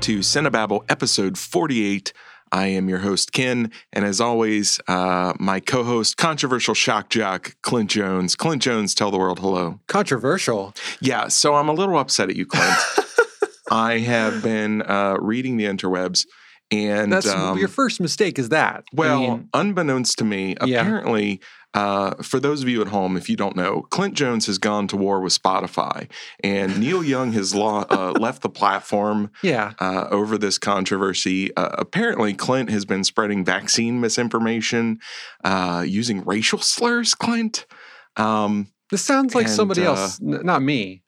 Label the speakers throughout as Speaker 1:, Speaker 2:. Speaker 1: to Cinebabble episode 48. I am your host, Ken. And as always, uh, my co host, controversial shock jock, Clint Jones. Clint Jones, tell the world hello.
Speaker 2: Controversial.
Speaker 1: Yeah, so I'm a little upset at you, Clint. I have been uh, reading the interwebs. And
Speaker 2: That's
Speaker 1: um,
Speaker 2: your first mistake is that. I
Speaker 1: well,
Speaker 2: mean,
Speaker 1: unbeknownst to me,
Speaker 2: Yeah.
Speaker 1: apparently, uh, for those of you at home, if you don't know, Clint Jones has gone to war with Spotify, and Neil Young has lo- uh, left the platform
Speaker 2: yeah.
Speaker 1: uh, over this controversy. Uh, apparently, Clint has been spreading vaccine misinformation uh, using racial slurs. Clint, um,
Speaker 2: This sounds like
Speaker 1: and,
Speaker 2: somebody
Speaker 1: uh,
Speaker 2: else, n- not me.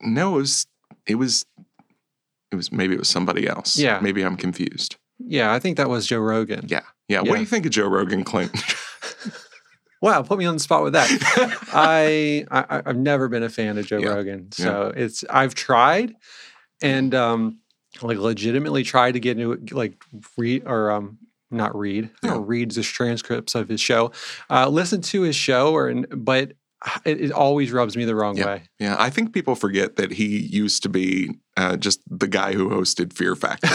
Speaker 1: no, it was it was it was maybe it was somebody else.
Speaker 2: Yeah.
Speaker 1: maybe I'm confused.
Speaker 2: Yeah, I think that was Joe Rogan.
Speaker 1: Yeah, yeah. What do
Speaker 2: Yeah.
Speaker 1: you think of Joe Rogan, Clint?
Speaker 2: Wow, put me on the spot with that. I, I I've never been a fan of Joe
Speaker 1: Yeah.
Speaker 2: Rogan, so it's I've tried, and um, like legitimately tried to get into it, like read or um not read I don't read the transcripts of his show, uh, listen to his show, or but it, it always rubs me the wrong
Speaker 1: Yeah.
Speaker 2: way.
Speaker 1: yeah, I think people forget that he used to be uh, just the guy who hosted Fear Factor.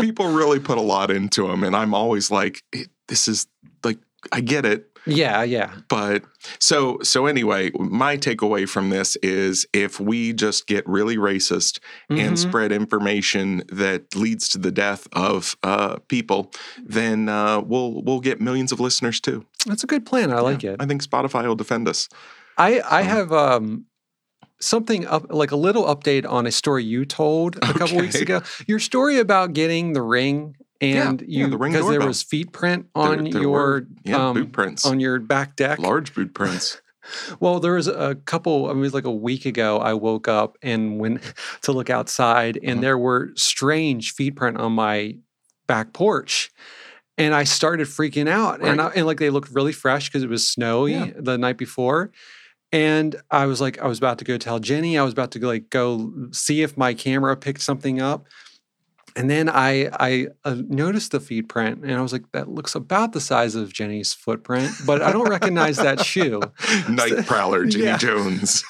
Speaker 1: people really put a lot into him, and I'm always like, "Eh, this is like I get it.
Speaker 2: yeah, yeah,
Speaker 1: but so so anyway my takeaway from this is if we just get really racist and
Speaker 2: Mhm.
Speaker 1: spread information that leads to the death of uh, people then uh, we'll we'll get millions of listeners too
Speaker 2: that's a good plan. I like it.
Speaker 1: i think spotify will defend us
Speaker 2: I I
Speaker 1: So-
Speaker 2: have um something up like a little update on a story you told a couple weeks
Speaker 1: Okay.
Speaker 2: ago. Your story about getting the ring
Speaker 1: Yeah,
Speaker 2: and
Speaker 1: yeah,
Speaker 2: you
Speaker 1: the ring
Speaker 2: because there
Speaker 1: doorbell.
Speaker 2: was feet print
Speaker 1: There-
Speaker 2: on
Speaker 1: there
Speaker 2: your
Speaker 1: were, yeah
Speaker 2: um,
Speaker 1: boot prints
Speaker 2: on your back deck.
Speaker 1: large boot prints
Speaker 2: Well, there was a couple. I mean, it was like a week ago. I woke up and went to look outside, and
Speaker 1: Mhm.
Speaker 2: there were strange feet print on my back porch. And I started freaking out, and I,
Speaker 1: Right.
Speaker 2: and like they looked really fresh because it was snowy
Speaker 1: Yeah.
Speaker 2: the night before. And I was like, I was about to go tell Jenny. I was about to go, like go see if my camera picked something up. And then I I uh, noticed the feet print, and I was like, that looks about the size of Jenny's footprint, but I don't recognize that shoe
Speaker 1: night prowler jimmy
Speaker 2: Yeah.
Speaker 1: jones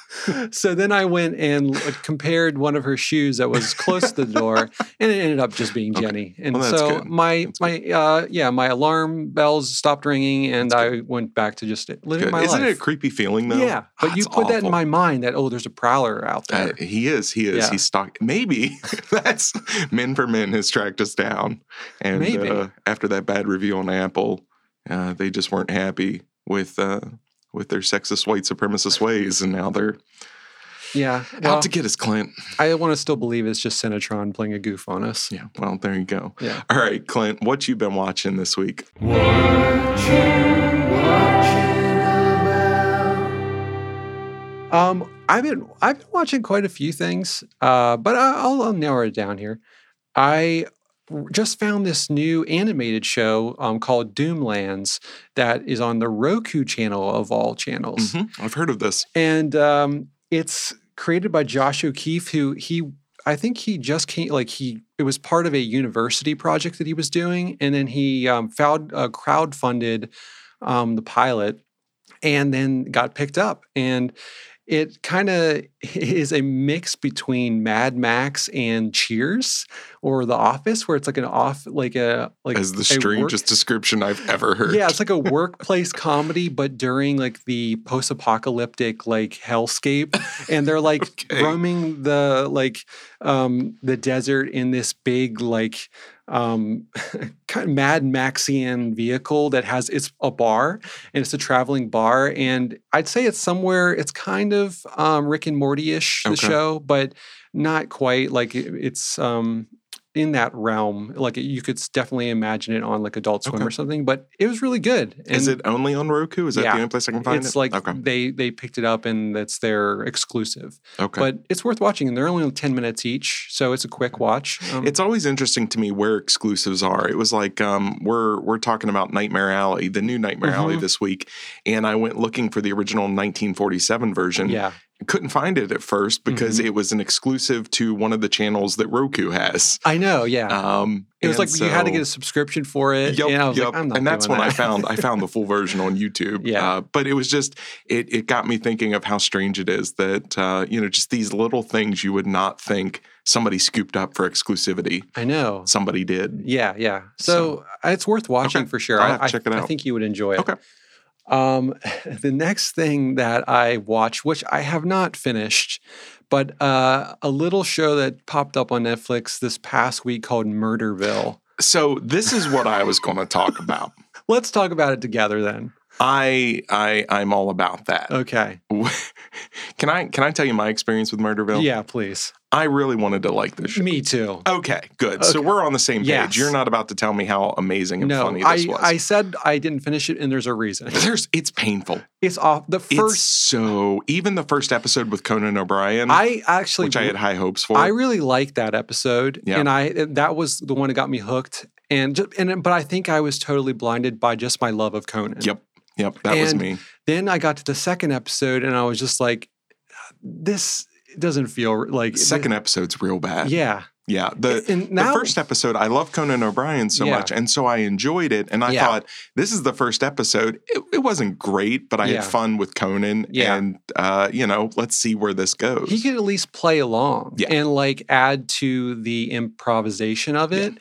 Speaker 2: so then I went and l- compared one of her shoes that was close to the door, and it ended up just being
Speaker 1: Okay.
Speaker 2: Jenny. And
Speaker 1: Well, that's
Speaker 2: so
Speaker 1: good.
Speaker 2: my
Speaker 1: That's
Speaker 2: my uh, yeah, my alarm bells stopped ringing, and
Speaker 1: That's
Speaker 2: I went back to just living
Speaker 1: Good.
Speaker 2: my
Speaker 1: isn't it a
Speaker 2: life.
Speaker 1: creepy feeling though
Speaker 2: Yeah, but you
Speaker 1: That's
Speaker 2: put that
Speaker 1: awful.
Speaker 2: in my mind that oh, there's a prowler out there.
Speaker 1: Uh, he is. He is.
Speaker 2: Yeah.
Speaker 1: He's stalking. Maybe that's Men for Men has tracked us down. And
Speaker 2: Maybe.
Speaker 1: Uh, after that bad review on Apple, uh, they just weren't happy with uh, with their sexist white supremacist ways, and now they're
Speaker 2: yeah, well,
Speaker 1: out to get us, Clint.
Speaker 2: I want to still believe it's just Cinetron playing a goof on us.
Speaker 1: Yeah. Well, there you go.
Speaker 2: Yeah.
Speaker 1: All right, Clint. What you been watching this week?
Speaker 2: Um, I've been I've been watching quite a few things, uh, but I, I'll, I'll narrow it down here. I r- just found this new animated show um, called Doomlands that is on the Roku channel of all channels,
Speaker 1: Mhm. I've heard of this.
Speaker 2: and um, it's created by Josh O'Keefe, who he I think he just came like he it was part of a university project that he was doing, and then he um, found uh, crowdfunded um, the pilot, and then got picked up and it kind of is a mix between Mad Max and Cheers or The Office, where it's like an off, like a like
Speaker 1: As the
Speaker 2: a
Speaker 1: strangest description I've ever heard.
Speaker 2: Yeah, it's like a workplace comedy, but during like the post-apocalyptic like hellscape, and they're like
Speaker 1: Okay.
Speaker 2: roaming the like um the desert in this big like um kind of Mad Maxian vehicle that has it's a bar and it's a traveling bar and I'd say it's somewhere it's kind of um Rick and Morty ish the
Speaker 1: Okay.
Speaker 2: show, but not quite like it- it's um in that realm like you could definitely imagine it on like adult swim
Speaker 1: Okay.
Speaker 2: or something but it was really good
Speaker 1: Is
Speaker 2: and
Speaker 1: it only on Roku? Is that
Speaker 2: Yeah.
Speaker 1: the only place I can find
Speaker 2: it's
Speaker 1: it?
Speaker 2: like
Speaker 1: okay.
Speaker 2: they they picked it up and that's their exclusive
Speaker 1: Okay.
Speaker 2: but it's worth watching and they're only 10 minutes each so it's a quick watch Um,
Speaker 1: It's always interesting to me where exclusives are. It was like um, we're we're talking about Nightmare Alley, the new Nightmare Alley
Speaker 2: Mhm.
Speaker 1: this week, and I went looking for the original 1947 version.
Speaker 2: yeah Mm-hmm.
Speaker 1: couldn't find it at first because it was an exclusive to one of the channels that Roku has.
Speaker 2: I know. Yeah.
Speaker 1: Um,
Speaker 2: Ah. it was
Speaker 1: and
Speaker 2: like you had to
Speaker 1: so-
Speaker 2: get a subscription for it.
Speaker 1: Yep,
Speaker 2: and I was
Speaker 1: yep.
Speaker 2: like, I'm not
Speaker 1: and that's
Speaker 2: doing
Speaker 1: when I
Speaker 2: that.
Speaker 1: found I found the full version on YouTube.
Speaker 2: Yeah.
Speaker 1: uh, but it was just it it got me thinking of how strange it is that uh, you know just these little things you would not think somebody scooped up for exclusivity.
Speaker 2: I know.
Speaker 1: Somebody did.
Speaker 2: Yeah, yeah. So, uh, it's worth watching
Speaker 1: Okay.
Speaker 2: for sure.
Speaker 1: I'll
Speaker 2: I-
Speaker 1: have to
Speaker 2: I,
Speaker 1: check it
Speaker 2: I
Speaker 1: out.
Speaker 2: think you would enjoy it.
Speaker 1: Okay.
Speaker 2: Um, the next thing that I watch, which I have not finished, but uh, a little show that popped up on Netflix this past week called Murderville.
Speaker 1: So this is what I was going to talk about.
Speaker 2: Let's talk about it together then.
Speaker 1: I I I'm all about that.
Speaker 2: Okay.
Speaker 1: Can I can I tell you my experience with Murderville?
Speaker 2: Yeah, please.
Speaker 1: I really wanted to like this show.
Speaker 2: Me too.
Speaker 1: Okay, good. So
Speaker 2: Okay.
Speaker 1: we're on the same page.
Speaker 2: Yes.
Speaker 1: You're not about to tell me how amazing and
Speaker 2: No,
Speaker 1: funny this
Speaker 2: I,
Speaker 1: was.
Speaker 2: I said I didn't finish it, and there's a reason.
Speaker 1: There's it's painful.
Speaker 2: It's off the
Speaker 1: It's
Speaker 2: first.
Speaker 1: so even the first episode with Conan O'Brien,
Speaker 2: I actually
Speaker 1: which I had high hopes for.
Speaker 2: I really liked that episode,
Speaker 1: Yeah.
Speaker 2: and I that was the one that got me hooked. And just, and but I think I was totally blinded by just my love of Conan.
Speaker 1: Yep. yep, that was
Speaker 2: and-
Speaker 1: me.
Speaker 2: Then I got to the second episode, and I was just like, "This doesn't feel like
Speaker 1: Second episode's real bad. Yeah,
Speaker 2: Yeah,
Speaker 1: the.
Speaker 2: and
Speaker 1: The
Speaker 2: now
Speaker 1: first episode, I love Conan O'Brien so
Speaker 2: Yeah.
Speaker 1: much, and so I enjoyed it. And I
Speaker 2: Yeah.
Speaker 1: thought this is the first episode. It, it wasn't great, but I
Speaker 2: Yeah.
Speaker 1: had fun with Conan,
Speaker 2: Yeah.
Speaker 1: and uh, you know, let's see where this goes.
Speaker 2: he could at least play along
Speaker 1: Yeah.
Speaker 2: and like add to the improvisation of
Speaker 1: Yeah.
Speaker 2: it.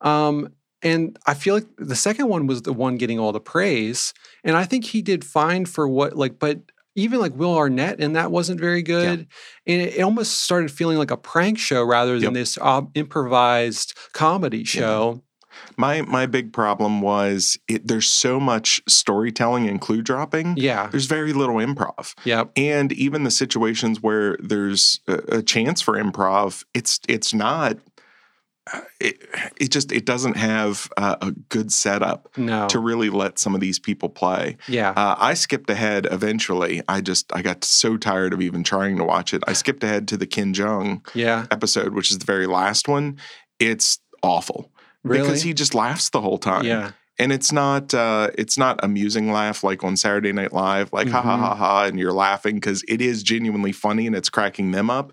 Speaker 2: Um, and I feel like the second one was the one getting all the praise, and I think he did fine for what like, but even like Will Arnett and that wasn't very good, and it, it almost started feeling like a prank show rather than
Speaker 1: Yep.
Speaker 2: this uh, improvised comedy show.
Speaker 1: my my big problem was it, there's so much storytelling and clue dropping.
Speaker 2: Yeah,
Speaker 1: There's very little improv.
Speaker 2: yep,
Speaker 1: and even the situations where there's a, a chance for improv it's it's not uh, it, it just it doesn't have uh, a good setup
Speaker 2: no,
Speaker 1: to really let some of these people play
Speaker 2: yeah,
Speaker 1: uh, i skipped ahead eventually i just i got so tired of even trying to watch it i skipped ahead to the kin jong
Speaker 2: yeah,
Speaker 1: episode which is the very last one it's awful
Speaker 2: really,
Speaker 1: because he uh, just laughs the whole time
Speaker 2: yeah,
Speaker 1: and it's not uh, it's not amusing laugh like on Saturday Night Live, like ha ha
Speaker 2: Mhm.
Speaker 1: ha ha, and you're laughing because it is genuinely funny and it's cracking them up.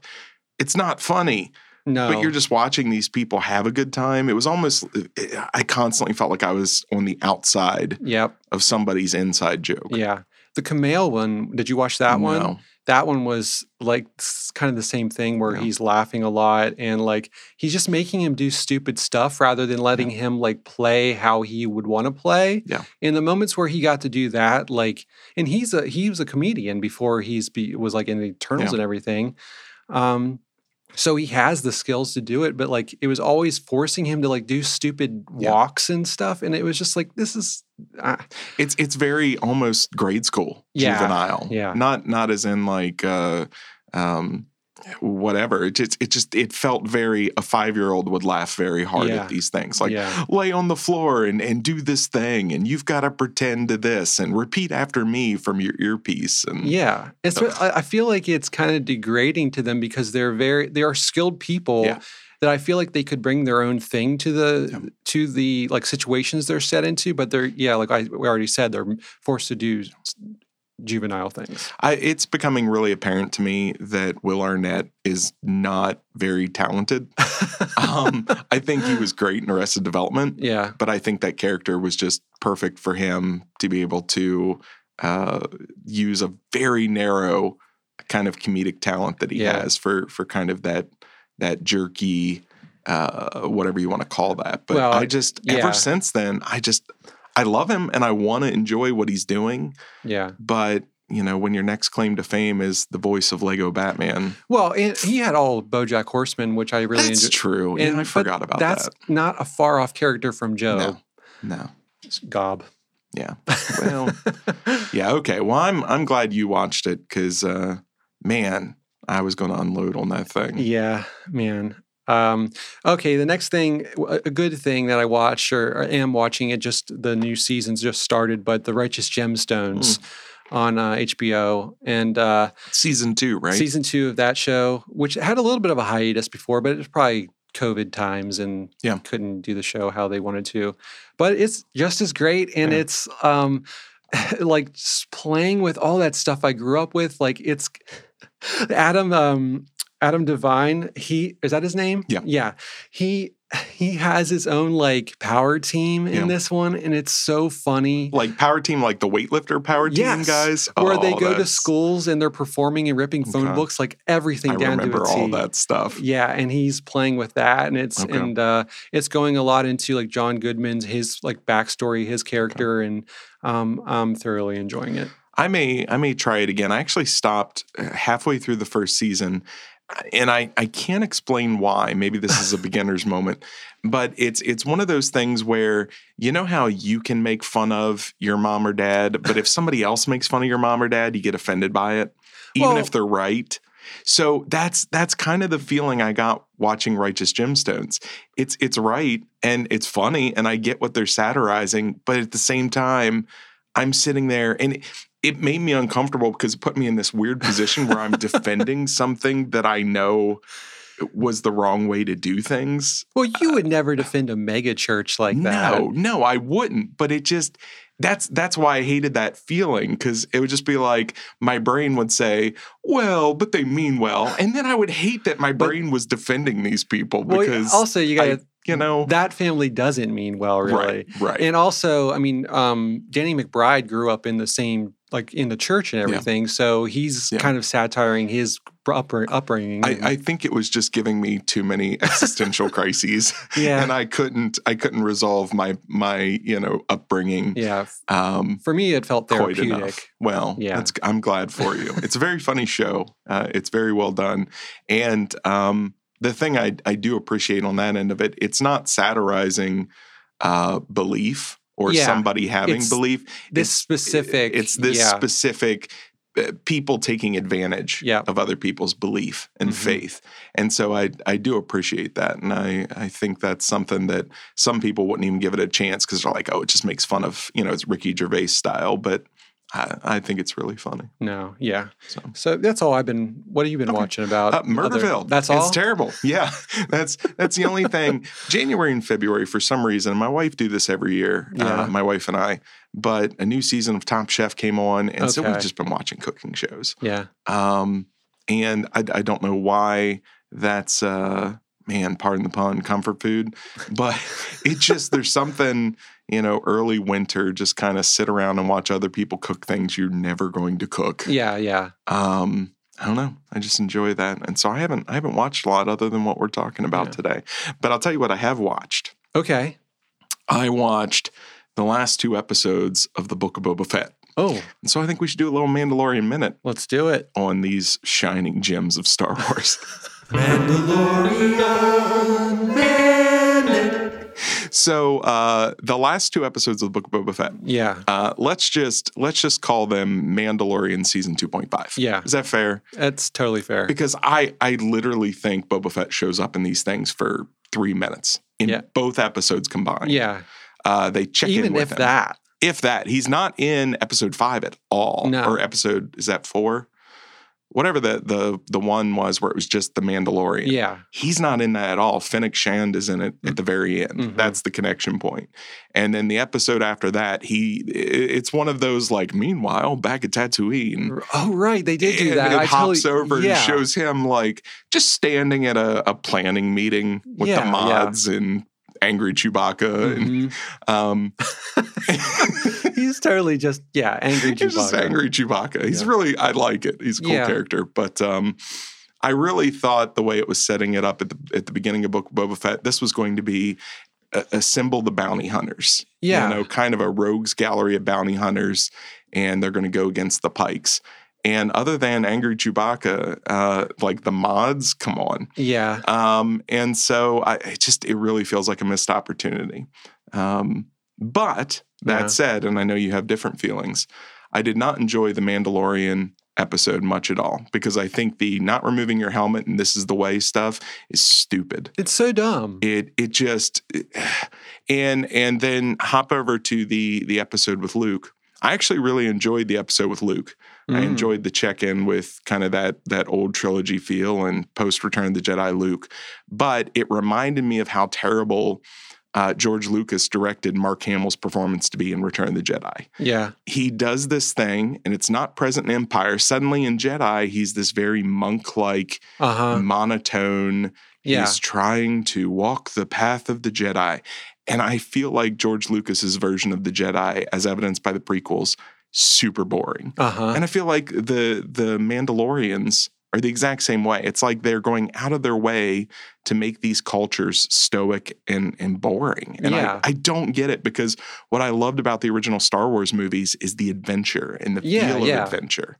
Speaker 1: It's not funny,
Speaker 2: no,
Speaker 1: but you're just watching these people have a good time. It was almost uh, I constantly felt like I was on the outside
Speaker 2: yep,
Speaker 1: of somebody's inside joke.
Speaker 2: yeah. The Camille one, did you watch that one?
Speaker 1: No.
Speaker 2: that one was like s- kind of the same thing where
Speaker 1: Yeah.
Speaker 2: he's laughing a lot and like he's just making him do stupid stuff rather than letting him like play how he would want to play.
Speaker 1: Yeah.
Speaker 2: In the moments where he got to do that, like, and he's a he was a comedian before he's be, was like in the Eternals
Speaker 1: Yeah.
Speaker 2: and everything. Um, so he has the skills to do it, but like it was always forcing him to like do stupid
Speaker 1: Yeah.
Speaker 2: walks and stuff, and it was just like this is uh,
Speaker 1: It's it's very almost grade school
Speaker 2: Yeah.
Speaker 1: juvenile.
Speaker 2: Yeah.
Speaker 1: Not not as in like uh um whatever. It just it just it felt very a five year old would laugh very hard
Speaker 2: Yeah.
Speaker 1: at these things. Like
Speaker 2: yeah,
Speaker 1: lay on the floor and, and do this thing and you've got to pretend to this and repeat after me from your earpiece and
Speaker 2: Yeah, it's.
Speaker 1: So-
Speaker 2: I I feel like it's kind of degrading to them because they're very they are skilled people
Speaker 1: Yeah.
Speaker 2: that I feel like they could bring their own thing to the
Speaker 1: Yeah.
Speaker 2: to the like situations they're set into. But they're yeah, like I we already said, they're forced to do s- juvenile things.
Speaker 1: I, it's becoming really apparent to me that Will Arnett is not very talented. um, I think he was great in Arrested Development,
Speaker 2: Yeah,
Speaker 1: but I think that character was just perfect for him to be able to uh, use a very narrow kind of comedic talent that he
Speaker 2: Yeah.
Speaker 1: has for for kind of that that jerky uh, whatever you want to call that. But
Speaker 2: Well,
Speaker 1: I just
Speaker 2: yeah.
Speaker 1: ever since then, I just I love him and I want to enjoy what he's doing.
Speaker 2: yeah.
Speaker 1: But you know, when your next claim to fame is the voice of Lego Batman,
Speaker 2: Well, and he had all of BoJack Horseman, which I really
Speaker 1: that's
Speaker 2: enjoyed.
Speaker 1: true.
Speaker 2: and-
Speaker 1: And I
Speaker 2: but
Speaker 1: forgot about
Speaker 2: That's
Speaker 1: that.
Speaker 2: not a far off character from Joe
Speaker 1: No. No.
Speaker 2: Gob.
Speaker 1: Yeah. Well. Yeah. Okay. Well, I'm I'm glad you watched it because, uh, man, I was going to unload on that thing.
Speaker 2: Yeah, man. Um, okay, the next thing, a a good thing that I watched or, or am watching it, just the new season's just started, but The Righteous Gemstones on uh, HBO and uh,
Speaker 1: Season two, right?
Speaker 2: season two of that show, which had a little bit of a hiatus before, but it was probably COVID times and
Speaker 1: Yeah.
Speaker 2: couldn't do the show how they wanted to. But it's just as great and
Speaker 1: Yeah.
Speaker 2: it's um, like just playing with all that stuff I grew up with. Like it's Adam um, Adam Devine, he is that his name?
Speaker 1: Yeah.
Speaker 2: Yeah. He he has his own like power team in
Speaker 1: Yeah.
Speaker 2: this one, and it's so funny.
Speaker 1: Like power team, like the weightlifter power team
Speaker 2: Yes,
Speaker 1: guys,
Speaker 2: Where they
Speaker 1: Oh,
Speaker 2: go to
Speaker 1: that's-
Speaker 2: schools and they're performing and ripping phone
Speaker 1: Okay.
Speaker 2: books, like everything
Speaker 1: I
Speaker 2: down to
Speaker 1: remember
Speaker 2: a
Speaker 1: all
Speaker 2: T.
Speaker 1: that stuff.
Speaker 2: Yeah, and he's playing with that, and it's
Speaker 1: Okay.
Speaker 2: and uh, it's going a lot into like John Goodman's his like backstory, his character, and um, I'm thoroughly enjoying it.
Speaker 1: I may I may try it again. I actually stopped uh, halfway through the first season uh, and I I can't explain why. Maybe this is a beginner's moment, but it's it's one of those things where you know how you can make fun of your mom or dad, but if somebody else makes fun of your mom or dad, you get offended by it even
Speaker 2: Well-
Speaker 1: if they're right. So that's that's kind of the feeling I got watching Righteous Gemstones. It's it's right and it's funny and I get what they're satirizing, but at the same time I'm sitting there and it, it made me uncomfortable because it put me in this weird position where I'm defending something that I know was the wrong way to do things.
Speaker 2: Well, you would never defend a mega church like that.
Speaker 1: Uh, No, no, I wouldn't. But it just that's that's why I hated that feeling because it would just be like my brain would say, "Well, but they mean well," and then I would hate that my
Speaker 2: But-
Speaker 1: brain was defending these people
Speaker 2: Well,
Speaker 1: because
Speaker 2: also you got to
Speaker 1: you know
Speaker 2: that family doesn't mean well, really.
Speaker 1: right, right,
Speaker 2: And also, I mean, um, Danny McBride grew up in the same, like in the church and
Speaker 1: Yeah.
Speaker 2: everything. So he's
Speaker 1: Yeah.
Speaker 2: kind of satiring his upbr- upbringing.
Speaker 1: I,
Speaker 2: and-
Speaker 1: I think it was just giving me too many existential crises,
Speaker 2: yeah.
Speaker 1: and I couldn't I couldn't resolve my my you know upbringing
Speaker 2: yeah.
Speaker 1: um,
Speaker 2: For me, it felt
Speaker 1: quite
Speaker 2: therapeutic.
Speaker 1: enough. Well,
Speaker 2: Yeah.
Speaker 1: that's, I'm glad for you. It's a very funny show. Uh, it's very well done, and um, the thing I I do appreciate on that end of it, it's not satirizing uh, belief or
Speaker 2: Yeah.
Speaker 1: somebody having
Speaker 2: It's
Speaker 1: belief.
Speaker 2: This
Speaker 1: It's-
Speaker 2: specific.
Speaker 1: It's this
Speaker 2: yeah.
Speaker 1: specific uh, people taking advantage
Speaker 2: Yeah.
Speaker 1: of other people's belief and
Speaker 2: Mhm.
Speaker 1: faith. And so I I do appreciate that. And I I think that's something that some people wouldn't even give it a chance because they're like, oh, it just makes fun of, you know, it's Ricky Gervais style. But I, I think it's really funny.
Speaker 2: no. Yeah.
Speaker 1: So.
Speaker 2: So that's all I've been. What have you been
Speaker 1: Okay.
Speaker 2: watching about?
Speaker 1: Uh,
Speaker 2: other-
Speaker 1: Murderville.
Speaker 2: that's all.
Speaker 1: It's terrible. Yeah, that's that's the only thing. January and February, for some reason, my wife do this every year.
Speaker 2: Yeah.
Speaker 1: Uh, my wife and I. But a new season of Top Chef came on, and so we've
Speaker 2: Okay.
Speaker 1: just been watching cooking shows.
Speaker 2: yeah.
Speaker 1: Um, and I, I don't know why that's uh, man, pardon the pun, comfort food, but it just there's something you know early winter, just kind of sit around and watch other people cook things you're never going to cook
Speaker 2: Yeah. Yeah.
Speaker 1: um I don't know. I just enjoy that, and so I haven't I haven't watched a lot other than what we're talking about
Speaker 2: Yeah.
Speaker 1: today. But I'll tell you what I have watched.
Speaker 2: Okay.
Speaker 1: I watched the last two episodes of the Book of Boba Fett,
Speaker 2: Oh,
Speaker 1: and so I think we should do a little Mandalorian minute
Speaker 2: let's do it.
Speaker 1: on these shining gems of Star Wars. so uh, the last two episodes of the Book of Boba Fett.
Speaker 2: Yeah.
Speaker 1: Uh, let's just let's just call them Mandalorian season two point five.
Speaker 2: Yeah.
Speaker 1: is that fair?
Speaker 2: That's totally fair.
Speaker 1: Because I I literally think Boba Fett shows up in these things for three minutes in
Speaker 2: Yeah.
Speaker 1: both episodes combined.
Speaker 2: Yeah.
Speaker 1: Uh, they check in
Speaker 2: Even
Speaker 1: with
Speaker 2: if
Speaker 1: him.
Speaker 2: that.
Speaker 1: If that, he's not in episode five at all,
Speaker 2: No.
Speaker 1: or episode is that four, whatever the the the one was where it was just the Mandalorian.
Speaker 2: Yeah.
Speaker 1: He's not in that at all. Finnick Shand is in it at the very end.
Speaker 2: Mhm.
Speaker 1: That's the connection point. And then the episode after that, he i- it's one of those like, meanwhile, back at Tatooine,
Speaker 2: R- Oh, right. They did do
Speaker 1: Mm-hmm. and
Speaker 2: that.
Speaker 1: It
Speaker 2: I
Speaker 1: hops
Speaker 2: totally-
Speaker 1: over
Speaker 2: yeah.
Speaker 1: and shows him like just standing at a, a planning meeting with
Speaker 2: Yeah,
Speaker 1: the
Speaker 2: yeah.
Speaker 1: mods and angry Chewbacca. And,
Speaker 2: Mhm.
Speaker 1: um,
Speaker 2: He's totally just yeah angry.
Speaker 1: he's just
Speaker 2: Chewbacca.
Speaker 1: angry Chewbacca. He's
Speaker 2: Yeah.
Speaker 1: really I like it. He's a cool
Speaker 2: Yeah.
Speaker 1: character, but um, I really thought the way it was setting it up at the at the beginning of Book of Boba Fett, this was going to be. uh, Assemble the bounty hunters.
Speaker 2: Yeah.
Speaker 1: You know, kind of a rogues gallery of bounty hunters, and they're going to go against the Pikes. And other than Angry Chewbacca, uh, like the mods, come on.
Speaker 2: Yeah.
Speaker 1: Um, and so I it just, it really feels like a missed opportunity. Um, but that
Speaker 2: Yeah.
Speaker 1: said, and I know you have different feelings, I did not enjoy the Mandalorian episode much at all because I think the not removing your helmet and this is the way stuff is stupid
Speaker 2: It's so dumb.
Speaker 1: it it just and and then hop over to the the episode with Luke. I actually really enjoyed the episode with Luke. I
Speaker 2: Mm.
Speaker 1: enjoyed the check-in with kind of that that old trilogy feel and post Return of the Jedi Luke, but it reminded me of how terrible uh, George Lucas directed Mark Hamill's performance to be in Return of the Jedi.
Speaker 2: Yeah.
Speaker 1: He does this thing, and it's not present in Empire. Suddenly in Jedi, he's this very monk like,
Speaker 2: Uh huh.
Speaker 1: monotone.
Speaker 2: Yeah.
Speaker 1: Mm, He's trying to walk the path of the Jedi. And I feel like George Lucas's version of the Jedi, as evidenced by the prequels, super boring.
Speaker 2: Uh huh.
Speaker 1: And I feel like the the Mandalorians are the exact same way. It's like they're going out of their way to make these cultures stoic and and boring. And
Speaker 2: Yeah.
Speaker 1: I, I don't get it because what I loved about the original Star Wars movies is the adventure and the
Speaker 2: Yeah,
Speaker 1: feel of
Speaker 2: yeah.
Speaker 1: adventure.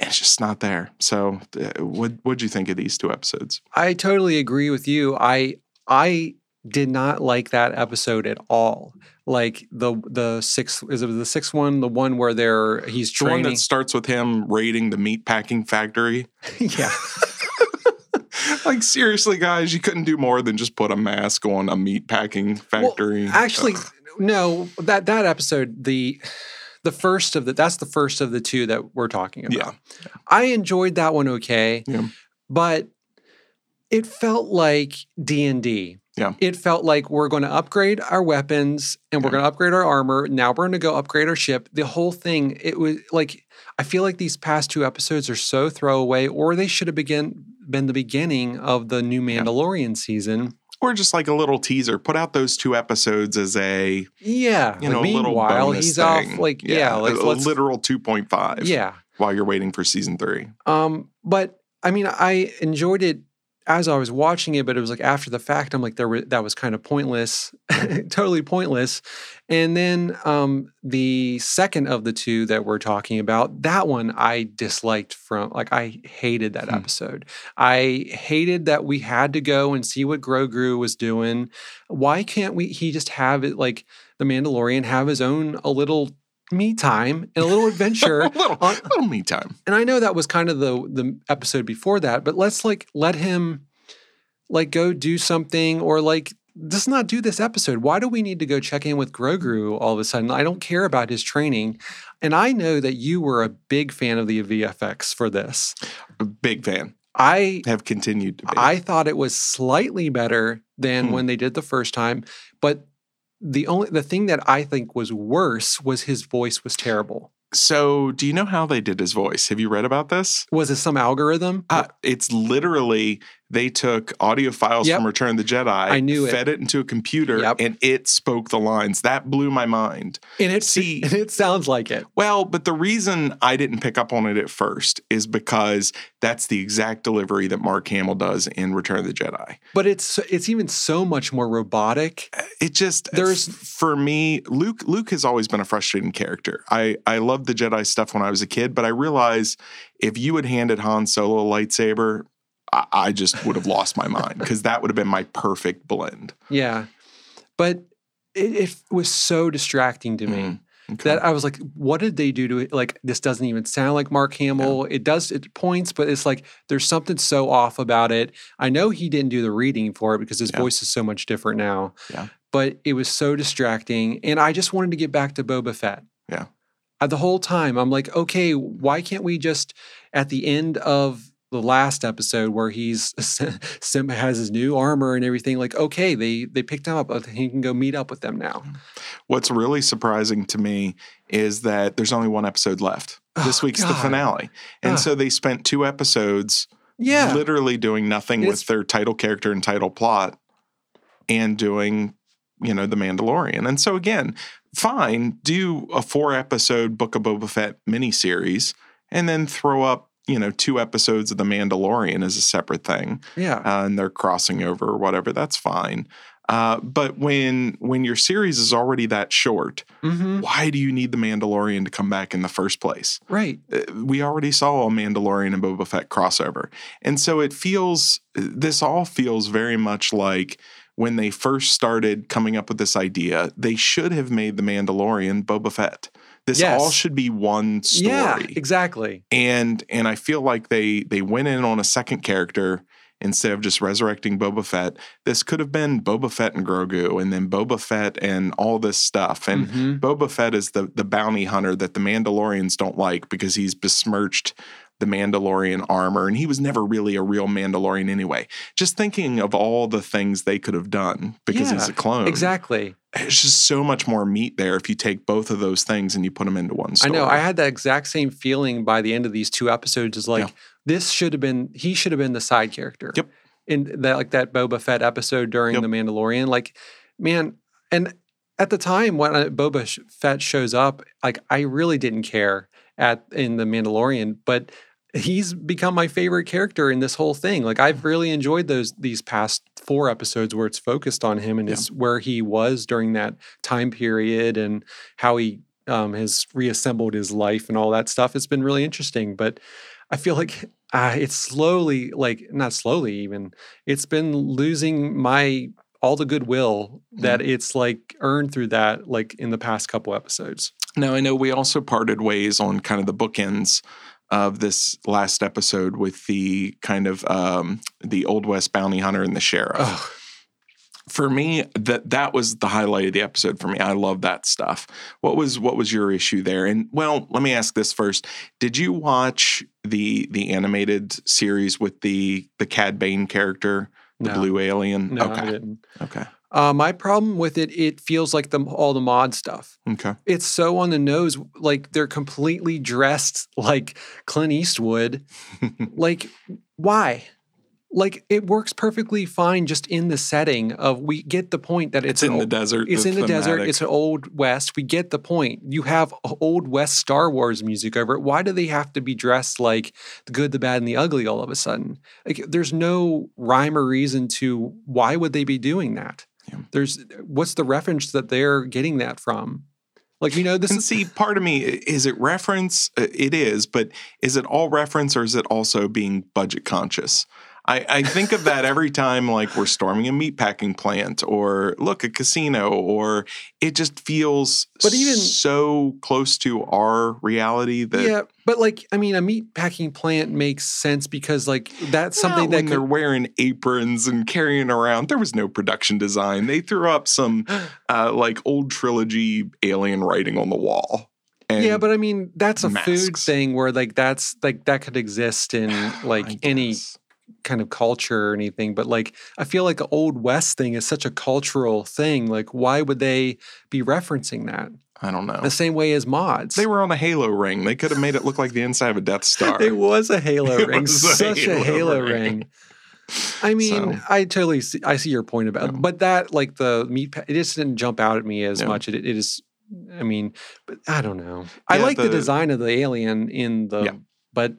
Speaker 1: And it's just not there. So uh, what what'd you think of these two episodes?
Speaker 2: I totally agree with you. I I did not like that episode at all. Like the the sixth is it the sixth one, the one where they're he's
Speaker 1: The one
Speaker 2: training.
Speaker 1: that starts with him raiding the meat packing factory.
Speaker 2: yeah.
Speaker 1: like seriously, guys, you couldn't do more than just put a mask on a meat packing
Speaker 2: Well,
Speaker 1: factory. Uh,
Speaker 2: Actually, no. That that episode the the first of the that's the first of the two that we're talking about.
Speaker 1: Yeah.
Speaker 2: I enjoyed that one okay.
Speaker 1: Yeah.
Speaker 2: But it felt like D&D.
Speaker 1: Yeah.
Speaker 2: It felt like we're going to upgrade our weapons and we're
Speaker 1: Yeah.
Speaker 2: going to upgrade our armor. Now we're going to go upgrade our ship. The whole thing it was like I feel like these past two episodes are so throwaway or they should have begin been the beginning of the new
Speaker 1: Yeah.
Speaker 2: Mandalorian season.
Speaker 1: or just like a little teaser. Put out those two episodes as a
Speaker 2: Yeah.
Speaker 1: you
Speaker 2: like,
Speaker 1: know a little
Speaker 2: meanwhile,
Speaker 1: bonus
Speaker 2: he's
Speaker 1: thing.
Speaker 2: off like yeah, like
Speaker 1: a, a
Speaker 2: let's,
Speaker 1: literal two point five.
Speaker 2: yeah.
Speaker 1: while you're waiting for season three.
Speaker 2: Um, but I mean, I enjoyed it as I was watching it, but it was like after the fact, I'm like, there were, that was kind of pointless, totally pointless. And then um, the second of the two that we're talking about, that one I disliked from, like, I hated that
Speaker 1: Hmm.
Speaker 2: episode. I hated that we had to go and see what Grogu was doing. Why can't we? He just have it like the Mandalorian have his own a little me time and a little adventure
Speaker 1: a little,
Speaker 2: Uh,
Speaker 1: little me time.
Speaker 2: and I know that was kind of the the episode before that, but let's like let him like go do something or like just not do this episode. Why do we need to go check in with Grogu all of a sudden? I don't care about his training. And I know that you were a big fan of the VFX for this.
Speaker 1: A big fan.
Speaker 2: I
Speaker 1: Have continued to be.
Speaker 2: I thought it was slightly better than
Speaker 1: Hmm.
Speaker 2: when they did the first time, but the only the thing that I think was worse was his voice was terrible.
Speaker 1: so, do you know how they did his voice? Have you read about this?
Speaker 2: Was it some algorithm?
Speaker 1: Uh, it's literally they took audio files
Speaker 2: Yep.
Speaker 1: from Return of the Jedi,
Speaker 2: I knew it.
Speaker 1: fed it into a computer,
Speaker 2: Yep.
Speaker 1: and it spoke the lines. That blew my mind.
Speaker 2: and it
Speaker 1: see-
Speaker 2: and it sounds like it.
Speaker 1: Well, but the reason I didn't pick up on it at first is because that's the exact delivery that Mark Hamill does in Return of the Jedi.
Speaker 2: But it's it's even so much more robotic.
Speaker 1: It just
Speaker 2: There's-
Speaker 1: f- for me, Luke Luke has always been a frustrating character. I I loved the Jedi stuff when I was a kid, but I realize if you had handed Han Solo a lightsaber, I, I just would have lost my mind because that would have been my perfect blend.
Speaker 2: Yeah. But it, it was so distracting to me
Speaker 1: Mm, okay.
Speaker 2: that I was like, what did they do to it? Like this doesn't even sound like Mark Hamill. It does it points, but it's like there's something so off about it. I know he didn't do the reading for it because his
Speaker 1: Yeah.
Speaker 2: voice is so much different now.
Speaker 1: Yeah.
Speaker 2: But it was so distracting. And I just wanted to get back to Boba Fett.
Speaker 1: Yeah.
Speaker 2: Uh, the whole time I'm like, okay, why can't we just at the end of the last episode where he's Simba has his new armor and everything, like, okay, they they picked him up. uh, He can go meet up with them now.
Speaker 1: Mm-hmm. What's really surprising to me is that there's only one episode left. This
Speaker 2: Oh,
Speaker 1: week's the
Speaker 2: God.
Speaker 1: finale. And
Speaker 2: Ah.
Speaker 1: so they spent two episodes
Speaker 2: Yeah.
Speaker 1: literally doing nothing
Speaker 2: It's-
Speaker 1: with their title character and title plot and doing you know the mandalorian and so again fine do a four episode book of boba fett miniseries and then throw up you know two episodes of the mandalorian as a separate thing
Speaker 2: Yeah.
Speaker 1: uh, and they're crossing over or whatever that's fine uh, but when when your series is already that short
Speaker 2: hmm
Speaker 1: why do you need the mandalorian to come back in the first place
Speaker 2: Right.
Speaker 1: uh, we already saw a Mandalorian and Boba Fett crossover. And so it feels, this all feels very much like when they first started coming up with this idea, they should have made the Mandalorian Boba Fett. This
Speaker 2: Yes.
Speaker 1: all should be one story.
Speaker 2: Yeah. Exactly.
Speaker 1: And and I feel like they they went in on a second character instead of just resurrecting Boba Fett. This could have been Boba Fett and Grogu and then Boba Fett and all this stuff. And
Speaker 2: Mhm.
Speaker 1: Boba Fett is the the bounty hunter that the Mandalorians don't like because he's besmirched the Mandalorian armor, and he was never really a real Mandalorian anyway. Just thinking of all the things they could have done because
Speaker 2: Yeah,
Speaker 1: he's a clone.
Speaker 2: Exactly.
Speaker 1: It's just so much more meat there if you take both of those things and you put them into one story.
Speaker 2: I know. I had that exact same feeling by the end of these two episodes. Is like
Speaker 1: Yeah.
Speaker 2: this should have been he should have been the side character.
Speaker 1: Yep.
Speaker 2: In that like that Boba Fett episode during
Speaker 1: Yep.
Speaker 2: the Mandalorian, like man, and at the time when uh, Boba Sh- Fett shows up, like I really didn't care at in the Mandalorian, but he's become my favorite character in this whole thing. Like I've really enjoyed those these past four episodes where it's focused on him and
Speaker 1: Yeah.
Speaker 2: it's where he was during that time period and how he um, has reassembled his life and all that stuff. It's been really interesting, but I feel like uh, it's slowly, like not slowly even, it's been losing my all the goodwill that
Speaker 1: Mm-hmm.
Speaker 2: it's like earned through that, like in the past couple episodes.
Speaker 1: Now I know we also parted ways on kind of the bookends of this last episode with the kind of um, the old west bounty hunter and the sheriff.
Speaker 2: Oh,
Speaker 1: For me, that that was the highlight of the episode for me. I love that stuff. What was what was your issue there? And well, let me ask this first: Did you watch the the animated series with the the Cad Bane character, the
Speaker 2: no,
Speaker 1: blue alien?
Speaker 2: no, I
Speaker 1: okay,
Speaker 2: didn't.
Speaker 1: okay,
Speaker 2: Uh, my problem with it, it feels like the all the mod stuff.
Speaker 1: okay.
Speaker 2: It's so on the nose, like they're completely dressed like Clint Eastwood. like why like it works perfectly fine just in the setting of we get the point that
Speaker 1: It's
Speaker 2: it's,
Speaker 1: in
Speaker 2: an
Speaker 1: the
Speaker 2: old-
Speaker 1: desert.
Speaker 2: it's
Speaker 1: the
Speaker 2: in the desert
Speaker 1: thematic.
Speaker 2: it's an old west we get the point you have old west star wars music over it why do they have to be dressed like the good the bad and the ugly all of a sudden like there's no rhyme or reason to why would they be doing that
Speaker 1: Yeah.
Speaker 2: there's what's the reference that they're getting that from like you know this
Speaker 1: and
Speaker 2: is
Speaker 1: see, part of me is it reference? Uh, It is, but is it all reference or is it also being budget conscious? I, I think of that every time, like we're storming a meatpacking plant, or look a casino, or it just feels
Speaker 2: But even-
Speaker 1: so close to our reality that
Speaker 2: yeah, but like I mean, a meat packing plant makes sense because like that's
Speaker 1: Not
Speaker 2: something that
Speaker 1: when
Speaker 2: could,
Speaker 1: they're wearing aprons and carrying around. There was no production design. They threw up some uh, like old trilogy alien writing on the wall. And
Speaker 2: yeah, but I mean that's a food
Speaker 1: masks.
Speaker 2: thing where like that's like that could exist in
Speaker 1: I
Speaker 2: like any
Speaker 1: guess.
Speaker 2: kind of culture or anything. But like I feel like the old west thing is such a cultural thing. Like why would they be referencing that
Speaker 1: I don't know.
Speaker 2: the same way as mods?
Speaker 1: They were on a halo ring. They could have made it look like the inside of a Death Star.
Speaker 2: It was a halo
Speaker 1: It
Speaker 2: ring,
Speaker 1: was a
Speaker 2: such
Speaker 1: halo
Speaker 2: a halo
Speaker 1: ring.
Speaker 2: ring. I mean,
Speaker 1: So-
Speaker 2: I totally see, I see your point about,
Speaker 1: Yeah.
Speaker 2: but that like the meat, pa- it just didn't jump out at me as
Speaker 1: Yeah.
Speaker 2: much. It, it is, I mean, but I don't know. I
Speaker 1: Yeah,
Speaker 2: like the,
Speaker 1: the-
Speaker 2: design of the alien in the,
Speaker 1: Yeah.
Speaker 2: but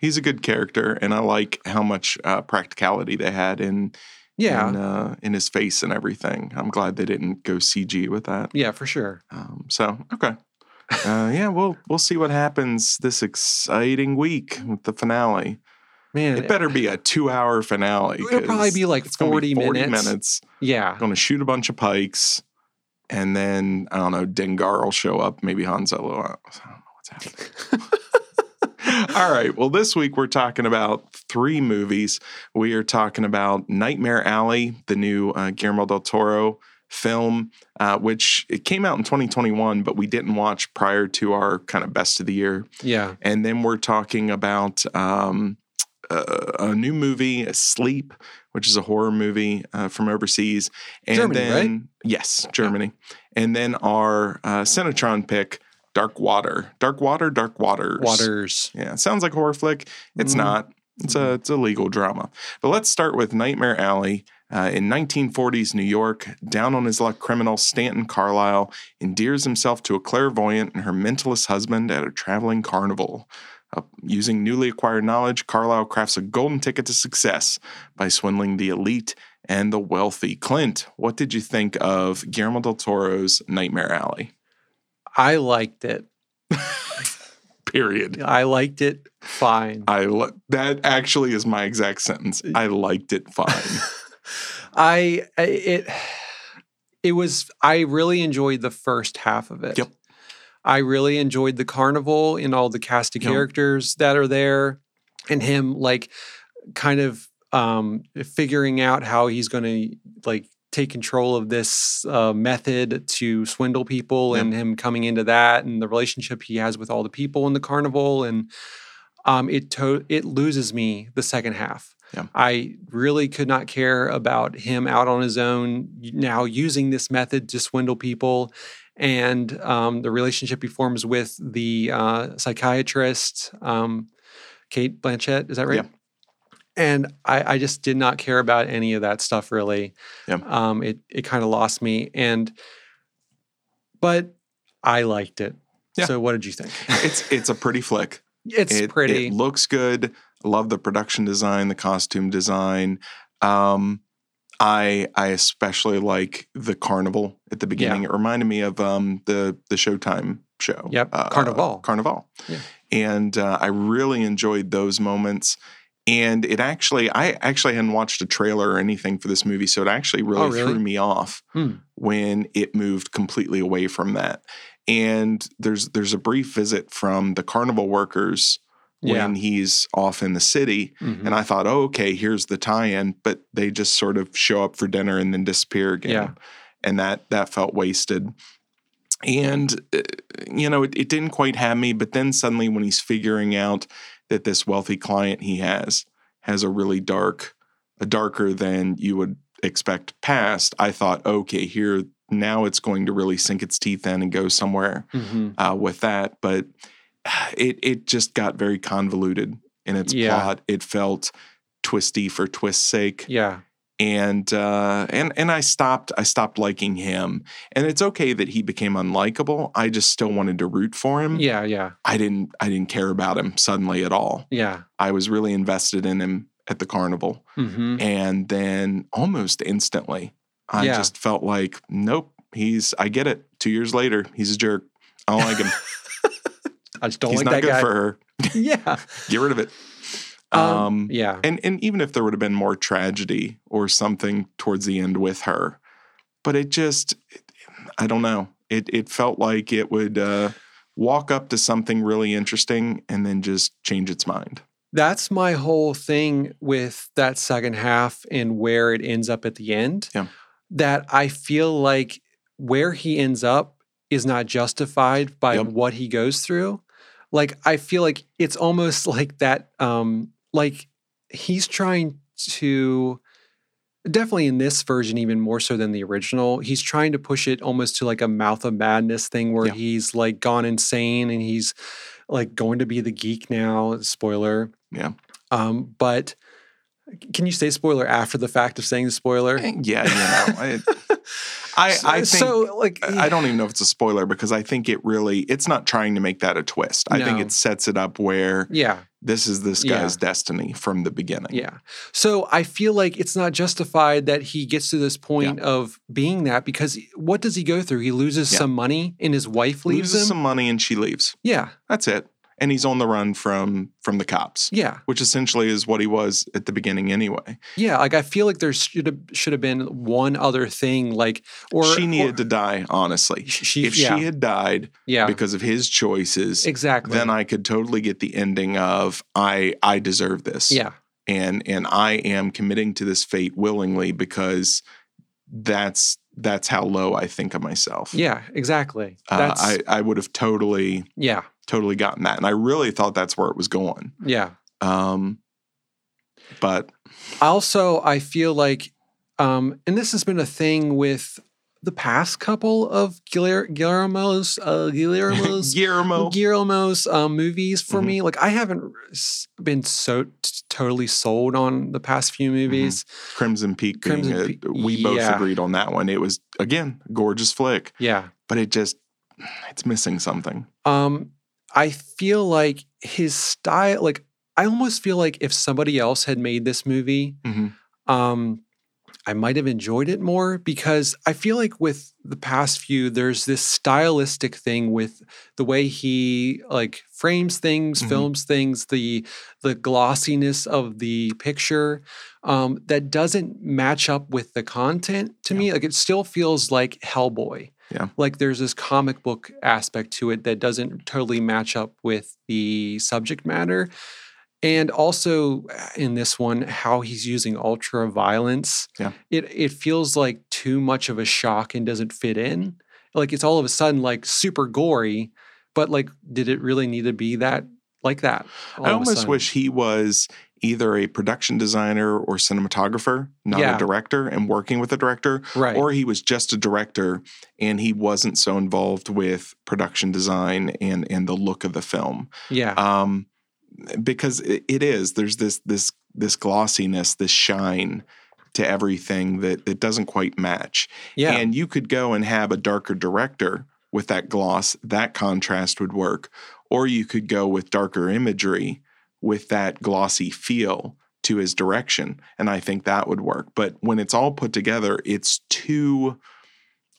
Speaker 1: He's a good character, and I like how much uh, practicality they had in
Speaker 2: yeah,
Speaker 1: in, uh, in his face and everything. I'm glad they didn't go CG with that.
Speaker 2: yeah, for sure.
Speaker 1: Um, so okay, uh, yeah, we'll we'll see what happens this exciting week with the finale.
Speaker 2: Man,
Speaker 1: It better be a two hour finale.
Speaker 2: it'll probably
Speaker 1: 'cause
Speaker 2: be like
Speaker 1: it's gonna
Speaker 2: 40,
Speaker 1: be
Speaker 2: minutes.
Speaker 1: minutes.
Speaker 2: Yeah.
Speaker 1: Going to shoot a bunch of pikes, and then I don't know. Dengar will show up. Maybe Han Solo. I don't know what's happening. All right. Well, this week we're talking about three movies. We are talking about Nightmare Alley, the new uh, Guillermo del Toro film, uh, which it came out in 2021, but we didn't watch prior to our kind of best of the year.
Speaker 2: yeah.
Speaker 1: And then we're talking about um, a, a new movie, Sleep, which is a horror movie uh, from overseas. And
Speaker 2: Germany,
Speaker 1: then, yes, Germany. And then our uh, Cinetron pick, Dark Water. Dark Water, Dark Waters.
Speaker 2: Waters.
Speaker 1: Yeah, it sounds like a horror flick. It's
Speaker 2: Mhm.
Speaker 1: not. It's a it's a legal drama. But let's start with Nightmare Alley. Uh, in 1940s New York, down on his luck criminal Stanton Carlyle endears himself to a clairvoyant and her mentalist husband at a traveling carnival. Uh, using newly acquired knowledge, Carlyle crafts a golden ticket to success by swindling the elite and the wealthy. Clint, what did you think of Guillermo del Toro's Nightmare Alley?
Speaker 2: I liked it.
Speaker 1: Period.
Speaker 2: I liked it fine.
Speaker 1: I li- that actually is my exact sentence. I liked it fine.
Speaker 2: I I- it it was I really enjoyed the first half of it.
Speaker 1: Yep.
Speaker 2: I really enjoyed the carnival and all the cast of
Speaker 1: Yep.
Speaker 2: characters that are there and him like kind of um figuring out how he's going to like take control of this uh, method to swindle people
Speaker 1: Yep.
Speaker 2: and him coming into that and the relationship he has with all the people in the carnival and um, it to- it loses me the second half.
Speaker 1: Yeah.
Speaker 2: I really could not care about him out on his own now using this method to swindle people, and um, the relationship he forms with the uh, psychiatrist, um, Kate Blanchett. Is that right?
Speaker 1: Yeah.
Speaker 2: And I, I just did not care about any of that stuff really.
Speaker 1: Yeah.
Speaker 2: Um, it it kind of lost me, and but I liked it.
Speaker 1: Yeah.
Speaker 2: So what did you think?
Speaker 1: It's it's a pretty flick.
Speaker 2: It's
Speaker 1: it,
Speaker 2: pretty.
Speaker 1: It looks good. Love the production design, the costume design. Um, I I especially like the carnival at the beginning. It reminded me of um, the the Showtime show.
Speaker 2: Yep, Carnival.
Speaker 1: uh, Carnival.
Speaker 2: Yeah.
Speaker 1: And uh, I really enjoyed those moments. And it actually, I actually hadn't watched a trailer or anything for this movie, so it actually really,
Speaker 2: Oh, really?
Speaker 1: threw me off
Speaker 2: Hmm.
Speaker 1: when it moved completely away from that. And there's there's a brief visit from the carnival workers
Speaker 2: yeah.
Speaker 1: when he's off in the city.
Speaker 2: Mhm.
Speaker 1: And I thought, oh, okay, here's the tie-in, but they just sort of show up for dinner and then disappear again.
Speaker 2: Yeah.
Speaker 1: And that that felt wasted. And uh, you know, it, it didn't quite have me. But then suddenly, when he's figuring out that this wealthy client he has has a really dark, a darker than you would expect past, I thought, okay, here now it's going to really sink its teeth in and go somewhere
Speaker 2: Mhm.
Speaker 1: uh, with that, but it it just got very convoluted in its
Speaker 2: Yeah.
Speaker 1: plot. It felt twisty for twist's sake,
Speaker 2: Yeah.
Speaker 1: and uh, and and I stopped I stopped liking him. And it's okay that he became unlikable. I just still wanted to root for him.
Speaker 2: Yeah. Yeah.
Speaker 1: I didn't I didn't care about him suddenly at all.
Speaker 2: Yeah.
Speaker 1: I was really invested in him at the carnival, Mm-hmm.
Speaker 2: hmm
Speaker 1: and then almost instantly, I
Speaker 2: Yeah.
Speaker 1: just felt like, nope, he's I get it. Two years later, he's a jerk. I don't like him.
Speaker 2: I just don't
Speaker 1: he's
Speaker 2: like
Speaker 1: not
Speaker 2: that
Speaker 1: good
Speaker 2: guy.
Speaker 1: for her.
Speaker 2: yeah.
Speaker 1: get rid of it.
Speaker 2: Um,
Speaker 1: Um,
Speaker 2: yeah.
Speaker 1: and and even if there would have been more tragedy or something towards the end with her, but it just, I don't know. It it felt like it would uh, walk up to something really interesting and then just change its mind.
Speaker 2: That's my whole thing with that second half and where it ends up at the end.
Speaker 1: Yeah.
Speaker 2: That I feel like where he ends up is not justified by
Speaker 1: Yep.
Speaker 2: what he goes through. Like I feel like it's almost like that um like he's trying to definitely in this version even more so than the original he's trying to push it almost to like a mouth of madness thing where
Speaker 1: Yeah.
Speaker 2: he's like gone insane and he's like going to be the geek now spoiler
Speaker 1: Yeah.
Speaker 2: um but can you say spoiler after the fact of saying the spoiler
Speaker 1: Yeah, you know, I I,
Speaker 2: so,
Speaker 1: I think.
Speaker 2: so, like
Speaker 1: I don't even know if it's a spoiler because I think it really it's not trying to make that a twist. I think
Speaker 2: No.
Speaker 1: it sets it up where
Speaker 2: yeah
Speaker 1: this is this
Speaker 2: Yeah.
Speaker 1: guy's destiny from the beginning.
Speaker 2: Yeah. So I feel like it's not justified that he gets to this point of being that because what does he go through? He loses
Speaker 1: Yeah.
Speaker 2: some money and his wife leaves
Speaker 1: Loses
Speaker 2: him.
Speaker 1: some money and she leaves.
Speaker 2: yeah.
Speaker 1: That's it. And he's on the run from from the cops,
Speaker 2: Yeah.
Speaker 1: which essentially is what he was at the beginning anyway.
Speaker 2: Yeah. Like I feel like there should have should have been one other thing like or
Speaker 1: she needed
Speaker 2: or,
Speaker 1: to die, honestly.
Speaker 2: she,
Speaker 1: If
Speaker 2: yeah,
Speaker 1: she had died
Speaker 2: yeah.
Speaker 1: because of his choices,
Speaker 2: exactly.
Speaker 1: then I could totally get the ending of I I deserve this.
Speaker 2: Yeah.
Speaker 1: And and I am committing to this fate willingly because that's that's how low I think of myself.
Speaker 2: Yeah, exactly.
Speaker 1: Uh,
Speaker 2: That's
Speaker 1: I, I would have totally,
Speaker 2: yeah.
Speaker 1: totally gotten that. And I really thought that's where it was going.
Speaker 2: Yeah.
Speaker 1: Um, but
Speaker 2: also i feel like um and this has been a thing with the past couple of Guiler- guillermo's uh guillermo's
Speaker 1: Guillermo.
Speaker 2: guillermo's um, movies for
Speaker 1: Mhm.
Speaker 2: me like i haven't s- been so t- totally sold on the past few movies
Speaker 1: Crimson Peak
Speaker 2: Crimson
Speaker 1: being a,
Speaker 2: Peak,
Speaker 1: we both
Speaker 2: yeah.
Speaker 1: agreed on that one. It was again gorgeous flick,
Speaker 2: yeah
Speaker 1: but it just it's missing something.
Speaker 2: um i feel like his style like i almost feel like if somebody else had made this movie um, I might have enjoyed it more because I feel like with the past few, there's this stylistic thing with the way he like frames things,
Speaker 1: Mhm.
Speaker 2: films things, the the glossiness of the picture um, that doesn't match up with the content to me. Like it still feels like Hellboy.
Speaker 1: Yeah.
Speaker 2: Like there's this comic book aspect to it that doesn't totally match up with the subject matter and also uh, in this one how he's using ultra violence
Speaker 1: Yeah.
Speaker 2: it it feels like too much of a shock and doesn't fit in like it's all of a sudden like super gory but like did it really need to be that like that. all
Speaker 1: I
Speaker 2: of a
Speaker 1: almost
Speaker 2: sudden.
Speaker 1: wish he was either a production designer or cinematographer, not
Speaker 2: Yeah.
Speaker 1: a director, and working with a director,
Speaker 2: right.
Speaker 1: or he was just a director and he wasn't so involved with production design and and the look of the film.
Speaker 2: yeah.
Speaker 1: Um, because it, it is there's this this this glossiness, this shine to everything that that doesn't quite match.
Speaker 2: yeah.
Speaker 1: And you could go and have a darker director with that gloss, that contrast would work. Or you could go with darker imagery with that glossy feel to his direction. And I think that would work. But when it's all put together, it's too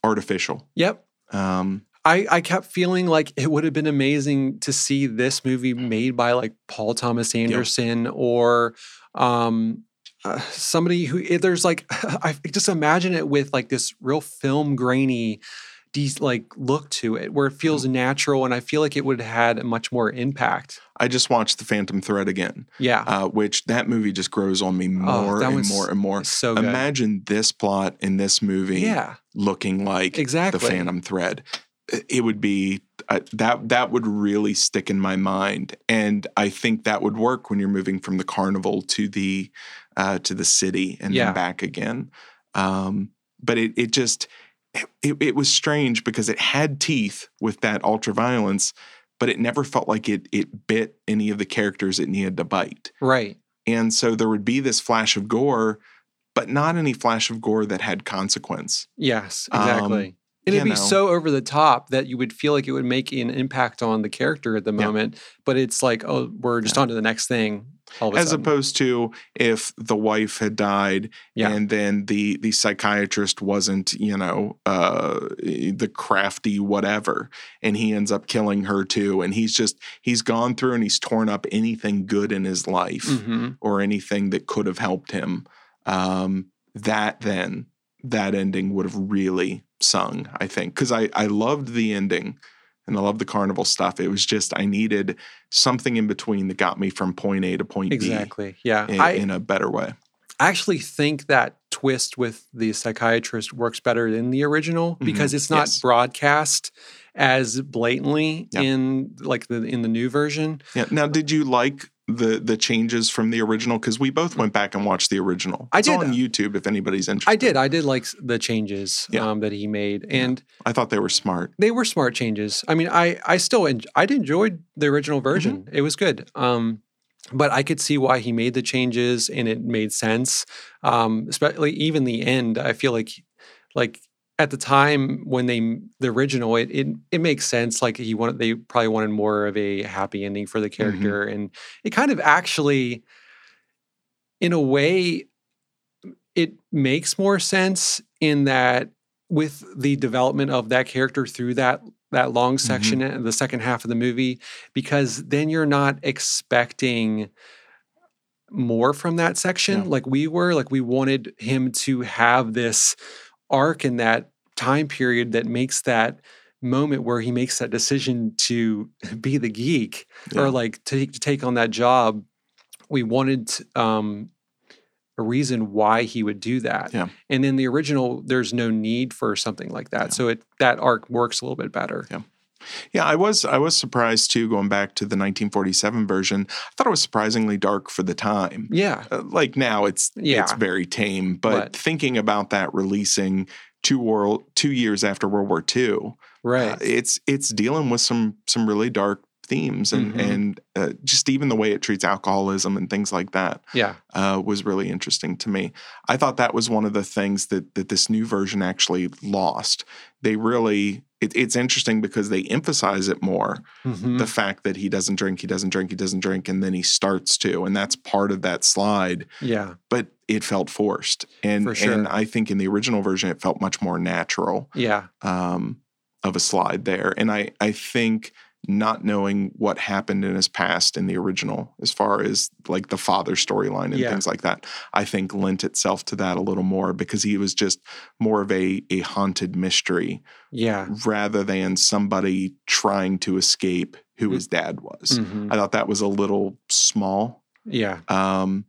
Speaker 1: artificial.
Speaker 2: yep.
Speaker 1: Um,
Speaker 2: I, I kept feeling like it would have been amazing to see this movie made by like Paul Thomas Anderson or um, uh, somebody who if there's like I just imagine it with like this real film grainy these like look to it where it feels
Speaker 1: Mm-hmm.
Speaker 2: natural and I feel like it would have had much more impact.
Speaker 1: I just watched The Phantom Thread again,
Speaker 2: Yeah,
Speaker 1: uh, which that movie just grows on me more
Speaker 2: Oh, that
Speaker 1: and
Speaker 2: one's
Speaker 1: more and more.
Speaker 2: so good.
Speaker 1: Imagine this plot in this movie
Speaker 2: yeah,
Speaker 1: looking like
Speaker 2: exactly.
Speaker 1: the Phantom Thread. It would be uh, that that would really stick in my mind, and I think that would work when you're moving from the carnival to the uh, to the city and
Speaker 2: Yeah.
Speaker 1: then back again. Um, but it it just it, it was strange because it had teeth with that ultra violence, but it never felt like it it bit any of the characters it needed to bite.
Speaker 2: Right.
Speaker 1: And so there would be this flash of gore, but not any flash of gore that had consequence.
Speaker 2: Yes.
Speaker 1: Um,
Speaker 2: Exactly. and it'd
Speaker 1: you
Speaker 2: be
Speaker 1: know.
Speaker 2: so over the top that you would feel like it would make an impact on the character at the
Speaker 1: Yeah.
Speaker 2: moment, but it's like, oh, we're just on to the next thing. All of a
Speaker 1: as
Speaker 2: sudden.
Speaker 1: opposed to if the wife had died
Speaker 2: Yeah.
Speaker 1: and then the the psychiatrist wasn't you know uh the crafty whatever and he ends up killing her too and he's just he's gone through and he's torn up anything good in his life
Speaker 2: Mhm.
Speaker 1: or anything that could have helped him um that then that ending would have really sung i think because i i loved the ending and i loved the carnival stuff it was just i needed something in between that got me from point a to point b
Speaker 2: Exactly. Yeah.
Speaker 1: in,
Speaker 2: I
Speaker 1: in a better way.
Speaker 2: actually think that twist with the psychiatrist works better than the original
Speaker 1: Mhm.
Speaker 2: because it's not
Speaker 1: Yes.
Speaker 2: broadcast as blatantly
Speaker 1: Yeah.
Speaker 2: in like the in the new version.
Speaker 1: Yeah. Now, did you like the the changes from the original? Because we both went back and watched the original.
Speaker 2: I
Speaker 1: It's
Speaker 2: did.
Speaker 1: on YouTube if anybody's interested.
Speaker 2: I did. I did like s- the changes
Speaker 1: Yeah.
Speaker 2: um, that he made,
Speaker 1: Yeah.
Speaker 2: and
Speaker 1: I thought they were smart.
Speaker 2: they were smart changes. I mean, I I still en- I'd enjoyed the original version. It was good. Um, but I could see why he made the changes, and it made sense. Um, especially even the end. I feel like like at the time when they m- the original, it it, it makes sense. Like he wanted, they probably wanted more of a happy ending for the character, and it kind of actually, in a way, it makes more sense in that with the development of that character through that that long
Speaker 1: Mm-hmm.
Speaker 2: section in the second half of the movie because then you're not expecting more from that section
Speaker 1: Yeah.
Speaker 2: like we were like we wanted him to have this arc in that time period that makes that moment where he makes that decision to be the geek
Speaker 1: Yeah.
Speaker 2: or like to, to take on that job, we wanted um, a reason why he would do that.
Speaker 1: Yeah.
Speaker 2: And in the original, there's no need for something like that.
Speaker 1: Yeah.
Speaker 2: So it that arc works a little bit better.
Speaker 1: Yeah, I was I was surprised too. Going back to the 1947 version, I thought it was surprisingly dark for the time.
Speaker 2: Yeah.
Speaker 1: Uh, like now, it's
Speaker 2: Yeah.
Speaker 1: it's very tame. But,
Speaker 2: But-
Speaker 1: thinking about that releasing two world two years after World War II,
Speaker 2: Right.
Speaker 1: Uh, it's it's dealing with some some really dark themes and
Speaker 2: Mhm.
Speaker 1: and uh, just even the way it treats alcoholism and things like that
Speaker 2: yeah.
Speaker 1: uh, was really interesting to me. I thought that was one of the things that that this new version actually lost. They really it, it's interesting because they emphasize it more
Speaker 2: Mhm.
Speaker 1: the fact that he doesn't drink, he doesn't drink, he doesn't drink, and then he starts to, and that's part of that slide.
Speaker 2: yeah.
Speaker 1: But it felt forced, and
Speaker 2: For sure.
Speaker 1: and I think in the original version it felt much more natural
Speaker 2: Yeah.
Speaker 1: um, of a slide there. And I, I think not knowing what happened in his past in the original, as far as like the father storyline and
Speaker 2: Yeah.
Speaker 1: things like that, I think lent itself to that a little more because he was just more of a, a haunted mystery
Speaker 2: Yeah.
Speaker 1: rather than somebody trying to escape
Speaker 2: Mm.
Speaker 1: who his dad was.
Speaker 2: Mhm.
Speaker 1: I thought that was a little small.
Speaker 2: Yeah.
Speaker 1: Um,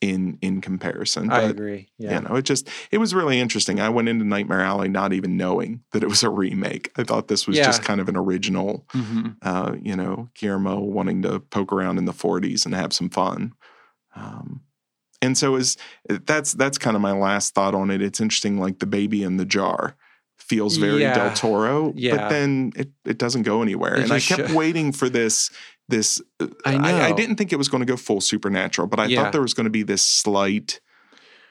Speaker 1: in in comparison.
Speaker 2: I
Speaker 1: But,
Speaker 2: agree. Yeah.
Speaker 1: You know, it just it was really interesting. I went into Nightmare Alley not even knowing that it was a remake. I thought this was just
Speaker 2: Yeah.
Speaker 1: kind of an original,
Speaker 2: Mhm.
Speaker 1: uh, you know, Guillermo wanting to poke around in the 40s and have some fun. Um, and so is that's that's kind of my last thought on it. It's interesting, like the baby in the jar feels very
Speaker 2: Yeah.
Speaker 1: Del Toro, but
Speaker 2: Yeah.
Speaker 1: then it it doesn't go anywhere.
Speaker 2: It
Speaker 1: and I
Speaker 2: just
Speaker 1: kept
Speaker 2: sho-
Speaker 1: waiting for this this uh,
Speaker 2: I know.
Speaker 1: I, didn't think it was going to go full supernatural, but I
Speaker 2: Yeah.
Speaker 1: thought there was going to be this slight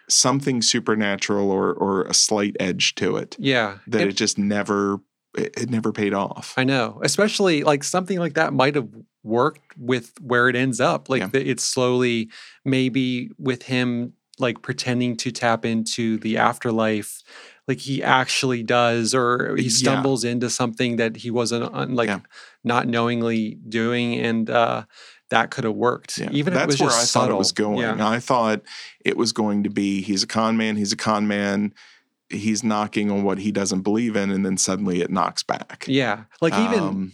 Speaker 1: something supernatural or or a slight edge to it
Speaker 2: Yeah.
Speaker 1: that
Speaker 2: And-
Speaker 1: it just never it, it never paid off.
Speaker 2: I know. Especially like something like that might have worked with where it ends up. Like
Speaker 1: Yeah.
Speaker 2: the, it's slowly maybe with him like pretending to tap into the afterlife like he actually does or he
Speaker 1: Yeah.
Speaker 2: stumbles into something that he wasn't on, like
Speaker 1: Yeah.
Speaker 2: not knowingly doing and uh that could have worked
Speaker 1: Yeah.
Speaker 2: even
Speaker 1: that's
Speaker 2: if it was
Speaker 1: where
Speaker 2: just
Speaker 1: I
Speaker 2: subtle.
Speaker 1: thought it was going.
Speaker 2: yeah.
Speaker 1: I thought it was going to be he's a con man, he's a con man, he's knocking on what he doesn't believe in, and then suddenly it knocks back.
Speaker 2: Yeah. like even
Speaker 1: Um,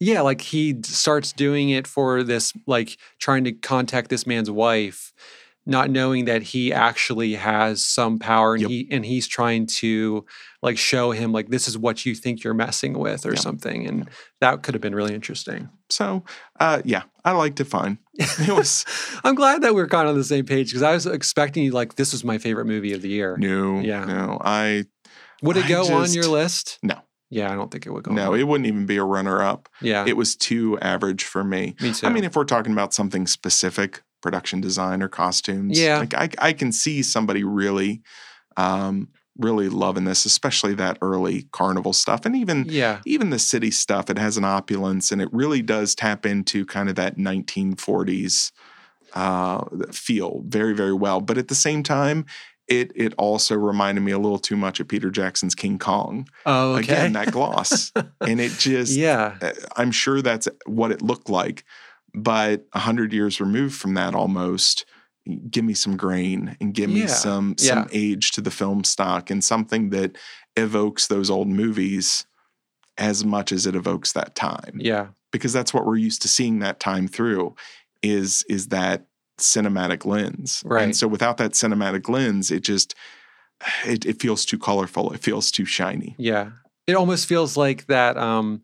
Speaker 2: Yeah, like he d- starts doing it for this, like trying to contact this man's wife, not knowing that he actually has some power, and
Speaker 1: Yep.
Speaker 2: he and he's trying to like show him like this is what you think you're messing with or
Speaker 1: Yeah.
Speaker 2: something, and that could have been really interesting.
Speaker 1: so uh, yeah, I liked it fine. It was
Speaker 2: I'm glad that we're kind of on the same page because I was expecting you like this was my favorite movie of the year.
Speaker 1: new.
Speaker 2: Yeah.
Speaker 1: No, I
Speaker 2: Would it
Speaker 1: I
Speaker 2: go on your
Speaker 1: just-
Speaker 2: list?
Speaker 1: No.
Speaker 2: Yeah, I don't think it would go.
Speaker 1: no,
Speaker 2: on.
Speaker 1: it wouldn't even be a runner up.
Speaker 2: yeah,
Speaker 1: It was too average for me.
Speaker 2: me too.
Speaker 1: I mean, if we're talking about something specific, production design or costumes,
Speaker 2: Yeah.
Speaker 1: like I, I can see somebody really, um, really loving this, especially that early carnival stuff, and even
Speaker 2: yeah,
Speaker 1: even the city stuff. It has an opulence, and it really does tap into kind of that 1940s uh, feel very, very well. But at the same time. It, it also reminded me a little too much of Peter Jackson's King Kong.
Speaker 2: oh, okay,
Speaker 1: Again, that gloss. and it just,
Speaker 2: yeah,
Speaker 1: uh, I'm sure that's what it looked like, but a hundred years removed from that, almost, give me some grain and give me
Speaker 2: Yeah.
Speaker 1: some some age to the film stock and something that evokes those old movies as much as it evokes that time,
Speaker 2: yeah,
Speaker 1: because that's what we're used to seeing that time through, is is that cinematic lens,
Speaker 2: Right.
Speaker 1: And so without that cinematic lens, it just it, it feels too colorful. It feels too shiny.
Speaker 2: Yeah. It almost feels like that um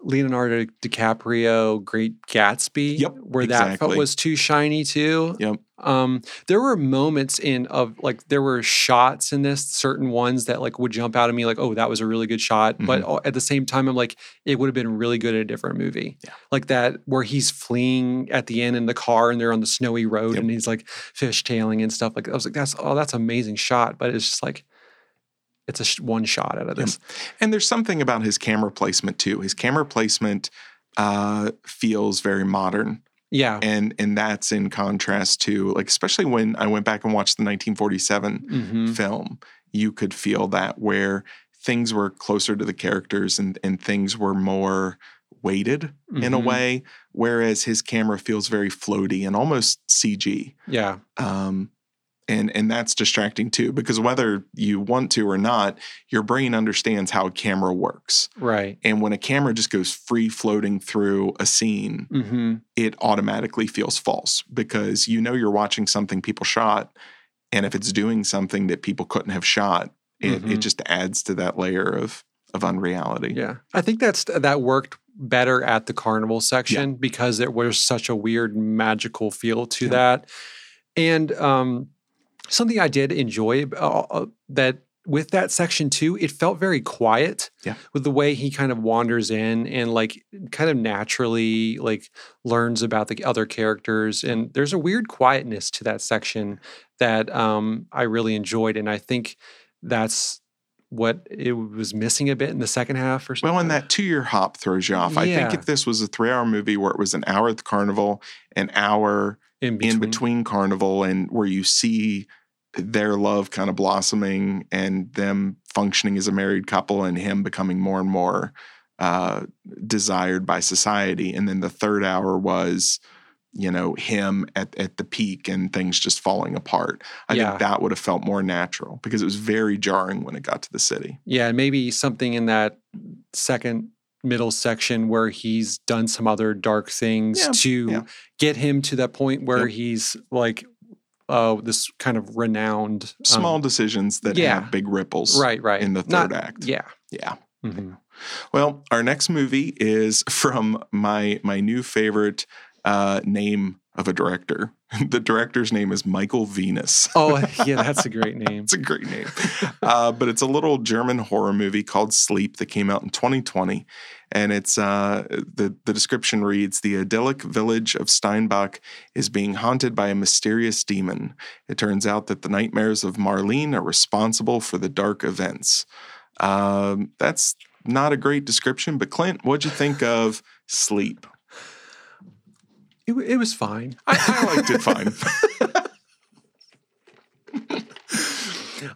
Speaker 2: Leonardo DiCaprio Great Gatsby
Speaker 1: Yep,
Speaker 2: where that felt
Speaker 1: exactly.
Speaker 2: was too shiny too.
Speaker 1: Yep.
Speaker 2: Um there were moments in of like there were shots in this certain ones that like would jump out at me like oh that was a really good shot but
Speaker 1: Mm-hmm.
Speaker 2: al- at the same time I'm like it would have been really good in a different movie.
Speaker 1: Yeah.
Speaker 2: Like that where he's fleeing at the end in the car and they're on the snowy road
Speaker 1: Yep.
Speaker 2: and he's like fishtailing and stuff like I was like that's oh that's amazing shot but it's just like it's a sh- one shot out of
Speaker 1: Yep.
Speaker 2: this.
Speaker 1: And there's something about his camera placement too. His camera placement uh, feels very modern,
Speaker 2: Yeah.
Speaker 1: and and that's in contrast to like especially when I went back and watched the 1947
Speaker 2: hmm
Speaker 1: film, you could feel that where things were closer to the characters and and things were more weighted in
Speaker 2: Mm-hmm.
Speaker 1: a way, whereas his camera feels very floaty and almost CG
Speaker 2: Yeah.
Speaker 1: um, and and that's distracting too because whether you want to or not your brain understands how a camera works
Speaker 2: Right.
Speaker 1: and when a camera just goes free floating through a scene
Speaker 2: hmm
Speaker 1: it automatically feels false because you know you're watching something people shot and if it's doing something that people couldn't have shot it, it
Speaker 2: Mhm.
Speaker 1: just adds to that layer of of unreality
Speaker 2: Yeah. I think that's that worked better at the carnival section because there was such a weird magical feel to
Speaker 1: Yeah.
Speaker 2: that. And um, something I did enjoy uh, uh, that with that section too, it felt very quiet.
Speaker 1: Yeah.
Speaker 2: With the way he kind of wanders in and like kind of naturally like learns about the other characters, and there's a weird quietness to that section that um, I really enjoyed, and I think that's what it was missing a bit in the second half or something.
Speaker 1: Well, and that two year hop throws you off. I think
Speaker 2: Yeah.
Speaker 1: if this was a three hour movie where it was an hour at the carnival, an hour
Speaker 2: in
Speaker 1: in between carnival and where you see their love kind of blossoming and them functioning as a married couple and him becoming more and more uh, desired by society and then the third hour was you know him at, at the peak and things just falling apart i
Speaker 2: Yeah.
Speaker 1: think that would have felt more natural because it was very jarring when it got to the city
Speaker 2: Yeah, and maybe something in that second middle section where he's done some other dark things
Speaker 1: Yeah,
Speaker 2: to
Speaker 1: yeah.
Speaker 2: get him to that point where
Speaker 1: Yep.
Speaker 2: he's like uh, this kind of renowned um,
Speaker 1: Small decisions that
Speaker 2: yeah.
Speaker 1: have big ripples
Speaker 2: right, right.
Speaker 1: in the
Speaker 2: Not-
Speaker 1: third act.
Speaker 2: Yeah.
Speaker 1: yeah.
Speaker 2: Mhm.
Speaker 1: Well, our next movie is from my my new favorite uh, name of a director. the director's name is Michael Venus.
Speaker 2: Oh, yeah, that's a great name.
Speaker 1: It's a great name, uh, but it's a little German horror movie called Sleep that came out in 2020, and it's uh, the the description reads: the idyllic village of Steinbach is being haunted by a mysterious demon. It turns out that the nightmares of Marlene are responsible for the dark events. Um, that's not a great description, but Clint, what'd you think of Sleep?
Speaker 2: It, wa- it was fine.
Speaker 1: I, I liked it fine.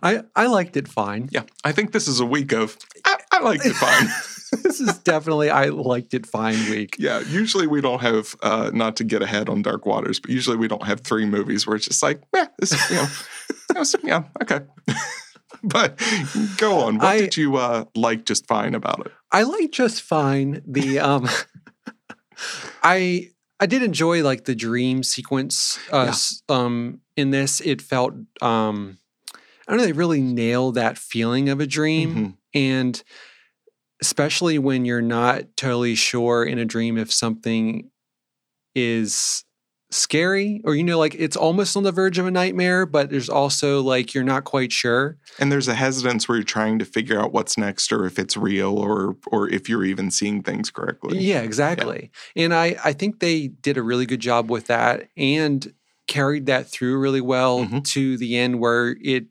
Speaker 2: I, I liked it fine.
Speaker 1: Yeah, I think this is a week of I, I liked it fine.
Speaker 2: this is definitely I liked it fine week.
Speaker 1: Yeah, usually we don't have uh, not to get ahead on Dark Waters, but usually we don't have three movies where it's just like, eh, this, you know, that was- yeah, okay. but go on. What
Speaker 2: I-
Speaker 1: did you uh, like just fine about it?
Speaker 2: I like just fine the um I I did enjoy like the dream sequence uh,
Speaker 1: Yeah.
Speaker 2: s- um in this it felt um I don't know they really nail that feeling of a dream
Speaker 1: Mhm.
Speaker 2: and especially when you're not totally sure in a dream if something is scary or you know like it's almost on the verge of a nightmare but there's also like you're not quite sure
Speaker 1: And there's a hesitance where you're trying to figure out what's next or if it's real or or if you're even seeing things correctly.
Speaker 2: Yeah, exactly. And I, I think they did a really good job with that and carried that through really well
Speaker 1: Mhm.
Speaker 2: to the end where it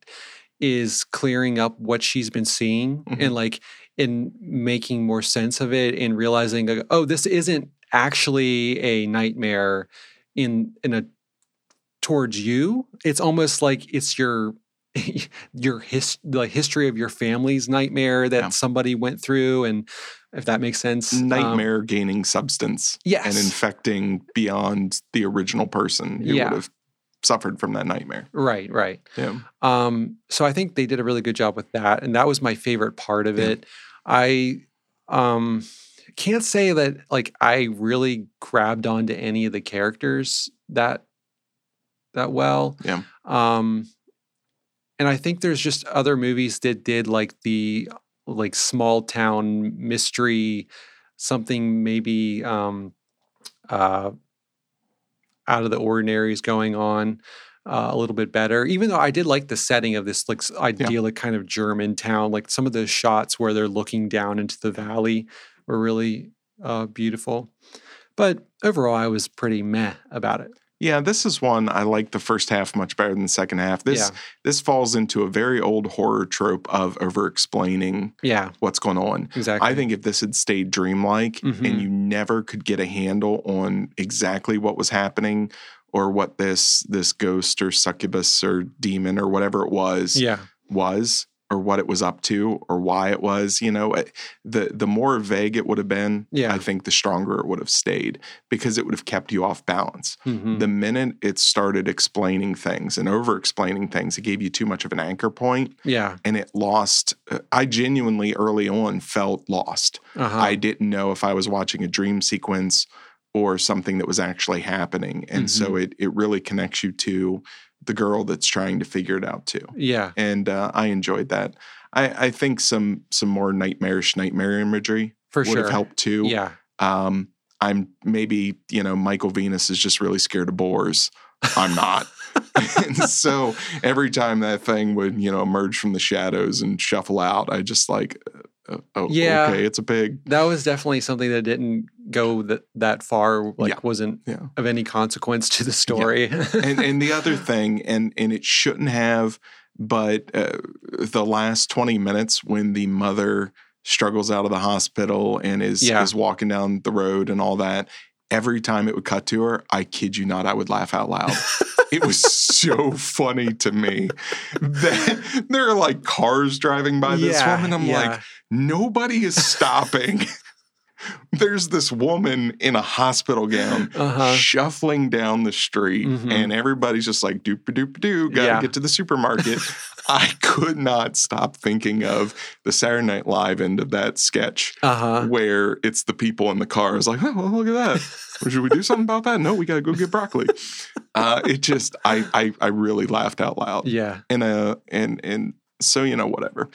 Speaker 2: is clearing up what she's been seeing
Speaker 1: Mhm.
Speaker 2: and like in making more sense of it and realizing like, oh, this isn't actually a nightmare in in a towards you. It's almost like it's your your his, the history of your family's nightmare that
Speaker 1: Yeah.
Speaker 2: somebody went through and if that makes sense um,
Speaker 1: Nightmare gaining substance
Speaker 2: Yes.
Speaker 1: and infecting beyond the original person who
Speaker 2: Yeah.
Speaker 1: would have suffered from that nightmare.
Speaker 2: right, right.
Speaker 1: Yeah.
Speaker 2: Um, so I think they did a really good job with that. And that was my favorite part of
Speaker 1: Yeah.
Speaker 2: it. I um can't say that like I really grabbed onto any of the characters that that well.
Speaker 1: Yeah.
Speaker 2: Um and I think there's just other movies that did like the like small town mystery something maybe um uh out of the ordinary is going on uh, a little bit better even though i did like the setting of this like s- idyllic kind of german town like some of the shots where they're looking down into the valley were really uh, beautiful but overall i was pretty meh about it
Speaker 1: Yeah, this is one I like the first half much better than the second half. This
Speaker 2: yeah
Speaker 1: this falls into a very old horror trope of over explaining
Speaker 2: yeah
Speaker 1: what's going on.
Speaker 2: exactly
Speaker 1: I think if this had stayed dreamlike and
Speaker 2: Mhm.
Speaker 1: you never could get a handle on exactly what was happening or what this this ghost or succubus or demon or whatever it was
Speaker 2: yeah
Speaker 1: was or what it was up to or why it was you know it- the the more vague it would have been
Speaker 2: Yeah.
Speaker 1: i think the stronger it would have stayed because it would have kept you off balance
Speaker 2: Mhm.
Speaker 1: the minute it started explaining things and over explaining things it gave you too much of an anchor point
Speaker 2: yeah
Speaker 1: and it lost uh, i genuinely early on felt lost
Speaker 2: uh-huh.
Speaker 1: i didn't know if i was watching a dream sequence or something that was actually happening and
Speaker 2: Mm-hmm.
Speaker 1: so it it really connects you to the girl that's trying to figure it out too
Speaker 2: yeah
Speaker 1: and uh, i enjoyed that I, I think some some more nightmarish nightmare imagery
Speaker 2: for
Speaker 1: would
Speaker 2: sure
Speaker 1: have helped too
Speaker 2: yeah
Speaker 1: um, I'm maybe, you know, Michael Venus is just really scared of boars. I'm not. and so every time that thing would, you know, emerge from the shadows and shuffle out, I just like, uh, oh,
Speaker 2: Yeah.
Speaker 1: okay, it's a pig.
Speaker 2: that was definitely something that didn't go that, that far like
Speaker 1: Yeah.
Speaker 2: wasn't
Speaker 1: Yeah.
Speaker 2: of any consequence to the story
Speaker 1: And, and the other thing, and, and it shouldn't have, but uh, the last 20 minutes when the mother struggles out of the hospital and is,
Speaker 2: Yeah.
Speaker 1: is walking down the road and all that, every time it would cut to her, I kid you not, I would laugh out loud. It was so funny to me. That, there are like cars driving by this
Speaker 2: Yeah,
Speaker 1: woman. I'm like,
Speaker 2: yeah.
Speaker 1: nobody is stopping. There's this woman in a hospital gown
Speaker 2: uh-huh
Speaker 1: shuffling down the street,
Speaker 2: Mhm.
Speaker 1: and everybody's just like, doop doop doo, gotta
Speaker 2: Yeah.
Speaker 1: get to the supermarket. I could not stop thinking of the Saturday Night Live end of that sketch
Speaker 2: uh-huh
Speaker 1: where it's the people in the cars like, oh, well, look at that. Should we do something about that? No, we got to go get broccoli. Uh, it just, I, I, I really laughed out loud.
Speaker 2: Yeah.
Speaker 1: And, uh, and, and so, you know, whatever.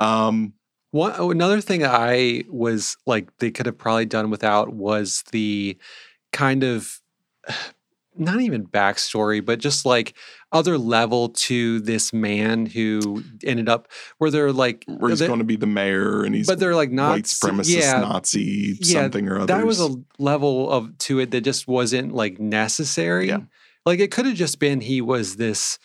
Speaker 1: Um,
Speaker 2: One oh, another thing I was like they could have probably done without was the kind of not even backstory, but just like other level to this man who ended up where they're like
Speaker 1: where he's
Speaker 2: they-
Speaker 1: going to be the mayor and he's
Speaker 2: but they're like not
Speaker 1: white supremacist,
Speaker 2: yeah,
Speaker 1: Nazi,
Speaker 2: Yeah,
Speaker 1: something or other.
Speaker 2: that was a level of to it that just wasn't like necessary.
Speaker 1: Yeah.
Speaker 2: Like it could have just been he was this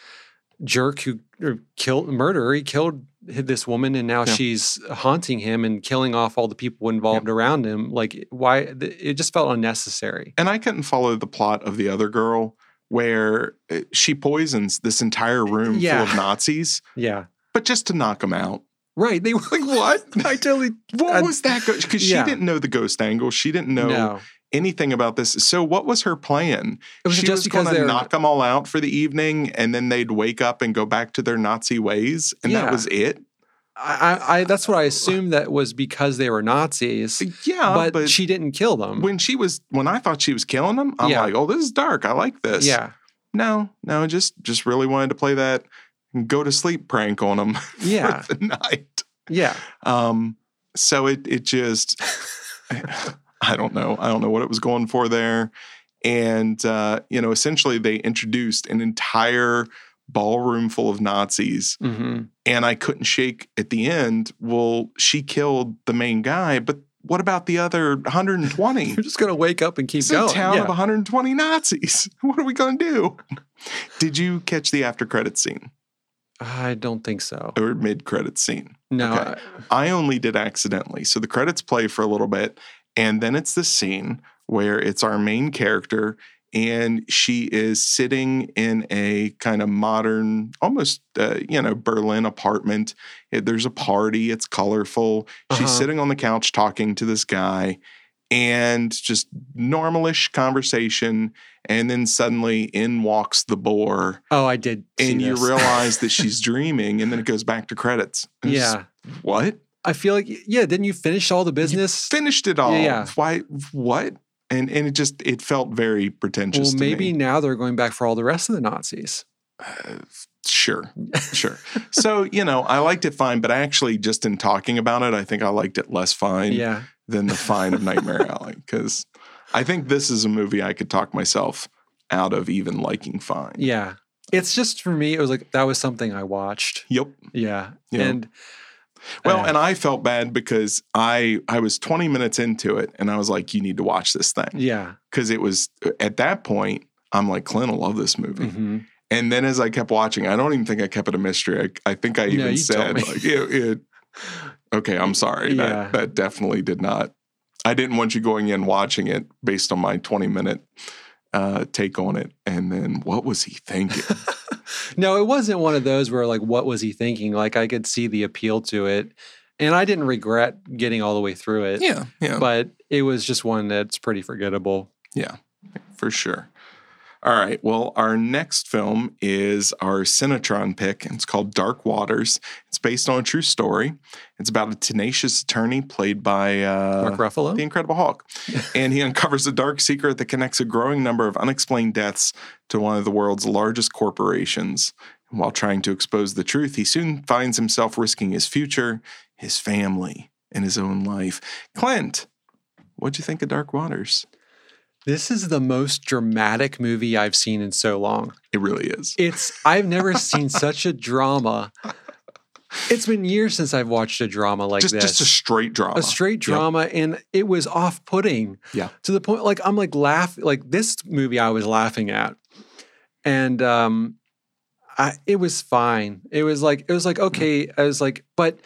Speaker 2: jerk who or killed murderer. He killed this woman, and now
Speaker 1: Yeah.
Speaker 2: she's haunting him and killing off all the people involved around him. Like why? th- It just felt unnecessary.
Speaker 1: and I couldn't follow the plot of the other girl where uh, she poisons this entire room
Speaker 2: Yeah.
Speaker 1: full of Nazis,
Speaker 2: Yeah.
Speaker 1: but just to knock them out.
Speaker 2: Right. They were
Speaker 1: Like what?
Speaker 2: I totally
Speaker 1: What
Speaker 2: I-
Speaker 1: was that? Because
Speaker 2: Uh, Yeah.
Speaker 1: she didn't know the ghost angle. She didn't know
Speaker 2: no.
Speaker 1: anything about this. So what was her plan?
Speaker 2: It was
Speaker 1: she
Speaker 2: just
Speaker 1: was
Speaker 2: because
Speaker 1: going
Speaker 2: they
Speaker 1: to
Speaker 2: were
Speaker 1: knock them all out for the evening, and then they'd wake up and go back to their Nazi ways, and
Speaker 2: Yeah.
Speaker 1: that was it.
Speaker 2: I, I, I that's what I assumed that was because they were Nazis,
Speaker 1: Yeah,
Speaker 2: but,
Speaker 1: but,
Speaker 2: she didn't kill them.
Speaker 1: when she was when I thought she was killing them, I'm
Speaker 2: Yeah.
Speaker 1: like, oh, this is dark. I like this.
Speaker 2: yeah.
Speaker 1: No, no, just just really wanted to play that go to sleep prank on them
Speaker 2: Yeah.
Speaker 1: for the night.
Speaker 2: Yeah.
Speaker 1: Um, so it it just I don't know. I don't know what it was going for there. And uh, you know, essentially they introduced an entire ballroom full of Nazis,
Speaker 2: hmm
Speaker 1: and I couldn't shake at the end. Well, she killed the main guy, but what about the other 120?
Speaker 2: You're just gonna wake up and keep
Speaker 1: It's
Speaker 2: going.
Speaker 1: a town
Speaker 2: yeah.
Speaker 1: of 120 Nazis. What are we going to do? Did you catch the after credit scene
Speaker 2: I don't think so.
Speaker 1: or mid credit scene?
Speaker 2: No.
Speaker 1: Okay. I only did accidentally. So the credits play for a little bit, and then it's the scene where it's our main character, and she is sitting in a kind of modern, almost uh, you know Berlin apartment. It- there's a party. It's colorful.
Speaker 2: Uh-huh.
Speaker 1: She's sitting on the couch talking to this guy, and just normalish conversation. And then suddenly, in walks the boar,
Speaker 2: I, oh, I did. see
Speaker 1: and you
Speaker 2: this.
Speaker 1: realize that she's dreaming. And then it goes back to credits. And it's
Speaker 2: yeah.
Speaker 1: just, What?
Speaker 2: I feel like yeah. Didn't you finish all the business?
Speaker 1: finished it all.
Speaker 2: Yeah.
Speaker 1: Why? What? And and it just it felt very pretentious.
Speaker 2: well,
Speaker 1: to
Speaker 2: maybe
Speaker 1: me.
Speaker 2: now they're going back for all the rest of the Nazis.
Speaker 1: Uh, sure, sure. so you know, I liked it fine, but actually, just in talking about it, I think I liked it less fine
Speaker 2: yeah.
Speaker 1: than the fine of Nightmare Alley because I think this is a movie I could talk myself out of even liking fine.
Speaker 2: Yeah. It's just for me. It was like that was something I watched.
Speaker 1: Yep.
Speaker 2: Yeah.
Speaker 1: Yeah.
Speaker 2: And
Speaker 1: Well,
Speaker 2: uh,
Speaker 1: and I felt bad because I I was 20 minutes into it and I was like, you need to watch this thing
Speaker 2: yeah.
Speaker 1: because it was at that point I'm like, Clint will love this movie.
Speaker 2: hmm
Speaker 1: And then as I kept watching, I don't even think I kept it a mystery. I, I think I
Speaker 2: No,
Speaker 1: even
Speaker 2: you
Speaker 1: said,
Speaker 2: told me.
Speaker 1: like, it, it- okay, I'm sorry.
Speaker 2: Yeah.
Speaker 1: That, that definitely did not. I didn't want you going in watching it based on my 20 minute uh, take on it. And then what was he thinking?
Speaker 2: No, it wasn't one of those where like, what was he thinking? Like, I could see the appeal to it, and I didn't regret getting all the way through it.
Speaker 1: yeah, yeah,
Speaker 2: But it was just one that's pretty forgettable.
Speaker 1: for sure. All right. Well, our next film is our Cinetron pick, and it's called Dark Waters. It's based on a true story. It's about a tenacious attorney played by uh,
Speaker 2: Mark Ruffalo.
Speaker 1: the Incredible Hulk. and he uncovers a dark secret that connects a growing number of unexplained deaths to one of the world's largest corporations. And while trying to expose the truth, he soon finds himself risking his future, his family, and his own life. Clint, what'd you think of Dark Waters?
Speaker 2: This is the most dramatic movie I've seen in so long.
Speaker 1: It really is.
Speaker 2: It's I've never seen such a drama. It's been years since I've watched a drama like
Speaker 1: just,
Speaker 2: this.
Speaker 1: just a straight drama.
Speaker 2: a straight drama and it was off-putting.
Speaker 1: Yeah.
Speaker 2: To the point like I'm like laugh like this movie I was laughing at. And um I it was fine. It was like it was
Speaker 1: Mm-hmm.
Speaker 2: like okay, I was like but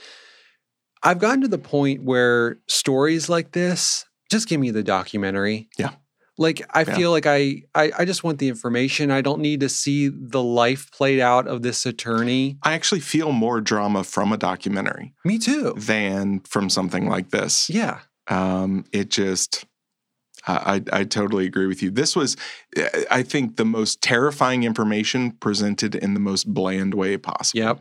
Speaker 2: I've gotten to the point where stories like this just give me the documentary.
Speaker 1: Yeah.
Speaker 2: Like I
Speaker 1: Yeah.
Speaker 2: feel like I, I I just want the information. I don't need to see the life played out of this attorney.
Speaker 1: I actually feel more drama from a documentary
Speaker 2: Me too.
Speaker 1: than from something like this.
Speaker 2: Yeah.
Speaker 1: um, it just I, I I totally agree with you. This was, I- I think, the most terrifying information presented in the most bland way possible.
Speaker 2: Yep.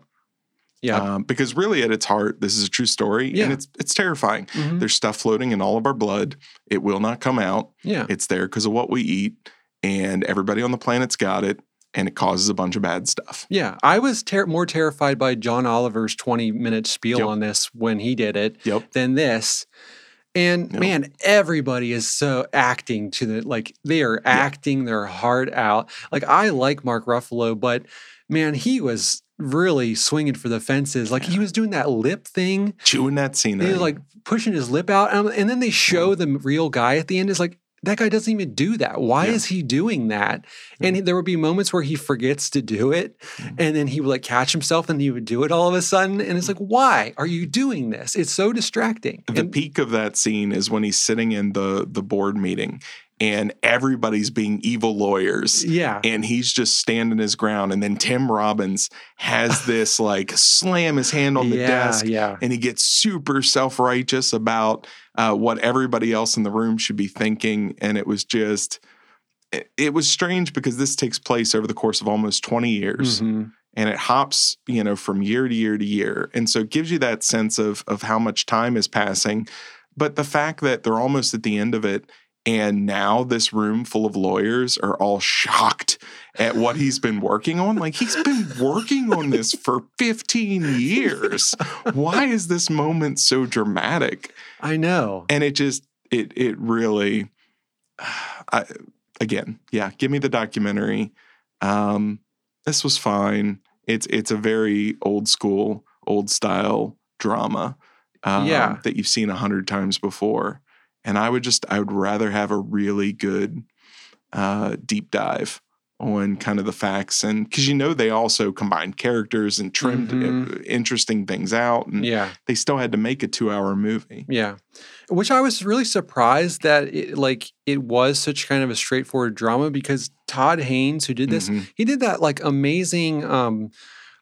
Speaker 2: Yeah.
Speaker 1: Um, because really, at its heart, this is a true story,
Speaker 2: Yeah.
Speaker 1: and it's it's terrifying.
Speaker 2: Mhm.
Speaker 1: There's stuff floating in all of our blood. It will not come out.
Speaker 2: Yeah.
Speaker 1: It's there because of what we eat, and everybody on the planet's got it, and it causes a bunch of bad stuff.
Speaker 2: Yeah, I was ter- more terrified by John Oliver's 20 minute spiel
Speaker 1: Yep.
Speaker 2: on this when he did it
Speaker 1: Yep.
Speaker 2: than this. And
Speaker 1: Yep.
Speaker 2: man, everybody is so acting to the like they are acting their heart out. Like I like Mark Ruffalo, but man, he was really swinging for the fences. Like he was doing that lip thing,
Speaker 1: Chewing that scene.
Speaker 2: he was like pushing his lip out, um, and, and then they
Speaker 1: Mm.
Speaker 2: show the real guy at the end is like. That guy doesn't even do that. Why
Speaker 1: Yeah. Mm.
Speaker 2: is he doing that? And he- there would be moments where he forgets to do it,
Speaker 1: Mhm.
Speaker 2: and then he would like catch himself, and he would do it all of a sudden. And it's like, why are you doing this? It's so distracting.
Speaker 1: The
Speaker 2: And-
Speaker 1: peak of that scene is when he's sitting in the the board meeting, and everybody's being evil lawyers.
Speaker 2: Yeah.
Speaker 1: and he's just standing his ground. And then Tim Robbins has this like slam his hand on the
Speaker 2: yeah,
Speaker 1: desk,
Speaker 2: Yeah.
Speaker 1: and he gets super self righteous about uh, what everybody else in the room should be thinking. And it was just, it, it was strange because this takes place over the course of almost 20 years
Speaker 2: Mhm.
Speaker 1: and it hops you know from year to year to year and so it gives you that sense of of how much time is passing but the fact that they're almost at the end of it and now this room full of lawyers are all shocked at what he's been working on like he's been working on this for 15 years why is this moment so dramatic
Speaker 2: I know.
Speaker 1: and it just it it really I, again yeah give me the documentary um this was fine it's it's a very old school old style drama um,
Speaker 2: Yeah.
Speaker 1: that you've seen a hundred times before and i would just i would rather have a really good uh deep dive on kind of the facts and because you know they also combined characters and trimmed uh,
Speaker 2: Mhm.
Speaker 1: interesting things out and
Speaker 2: Yeah.
Speaker 1: they still had to make a two hour movie
Speaker 2: Yeah. Which I was really surprised that it like it was such kind of a straightforward drama because Todd Haynes, who did this,
Speaker 1: Mhm.
Speaker 2: he did that like amazing um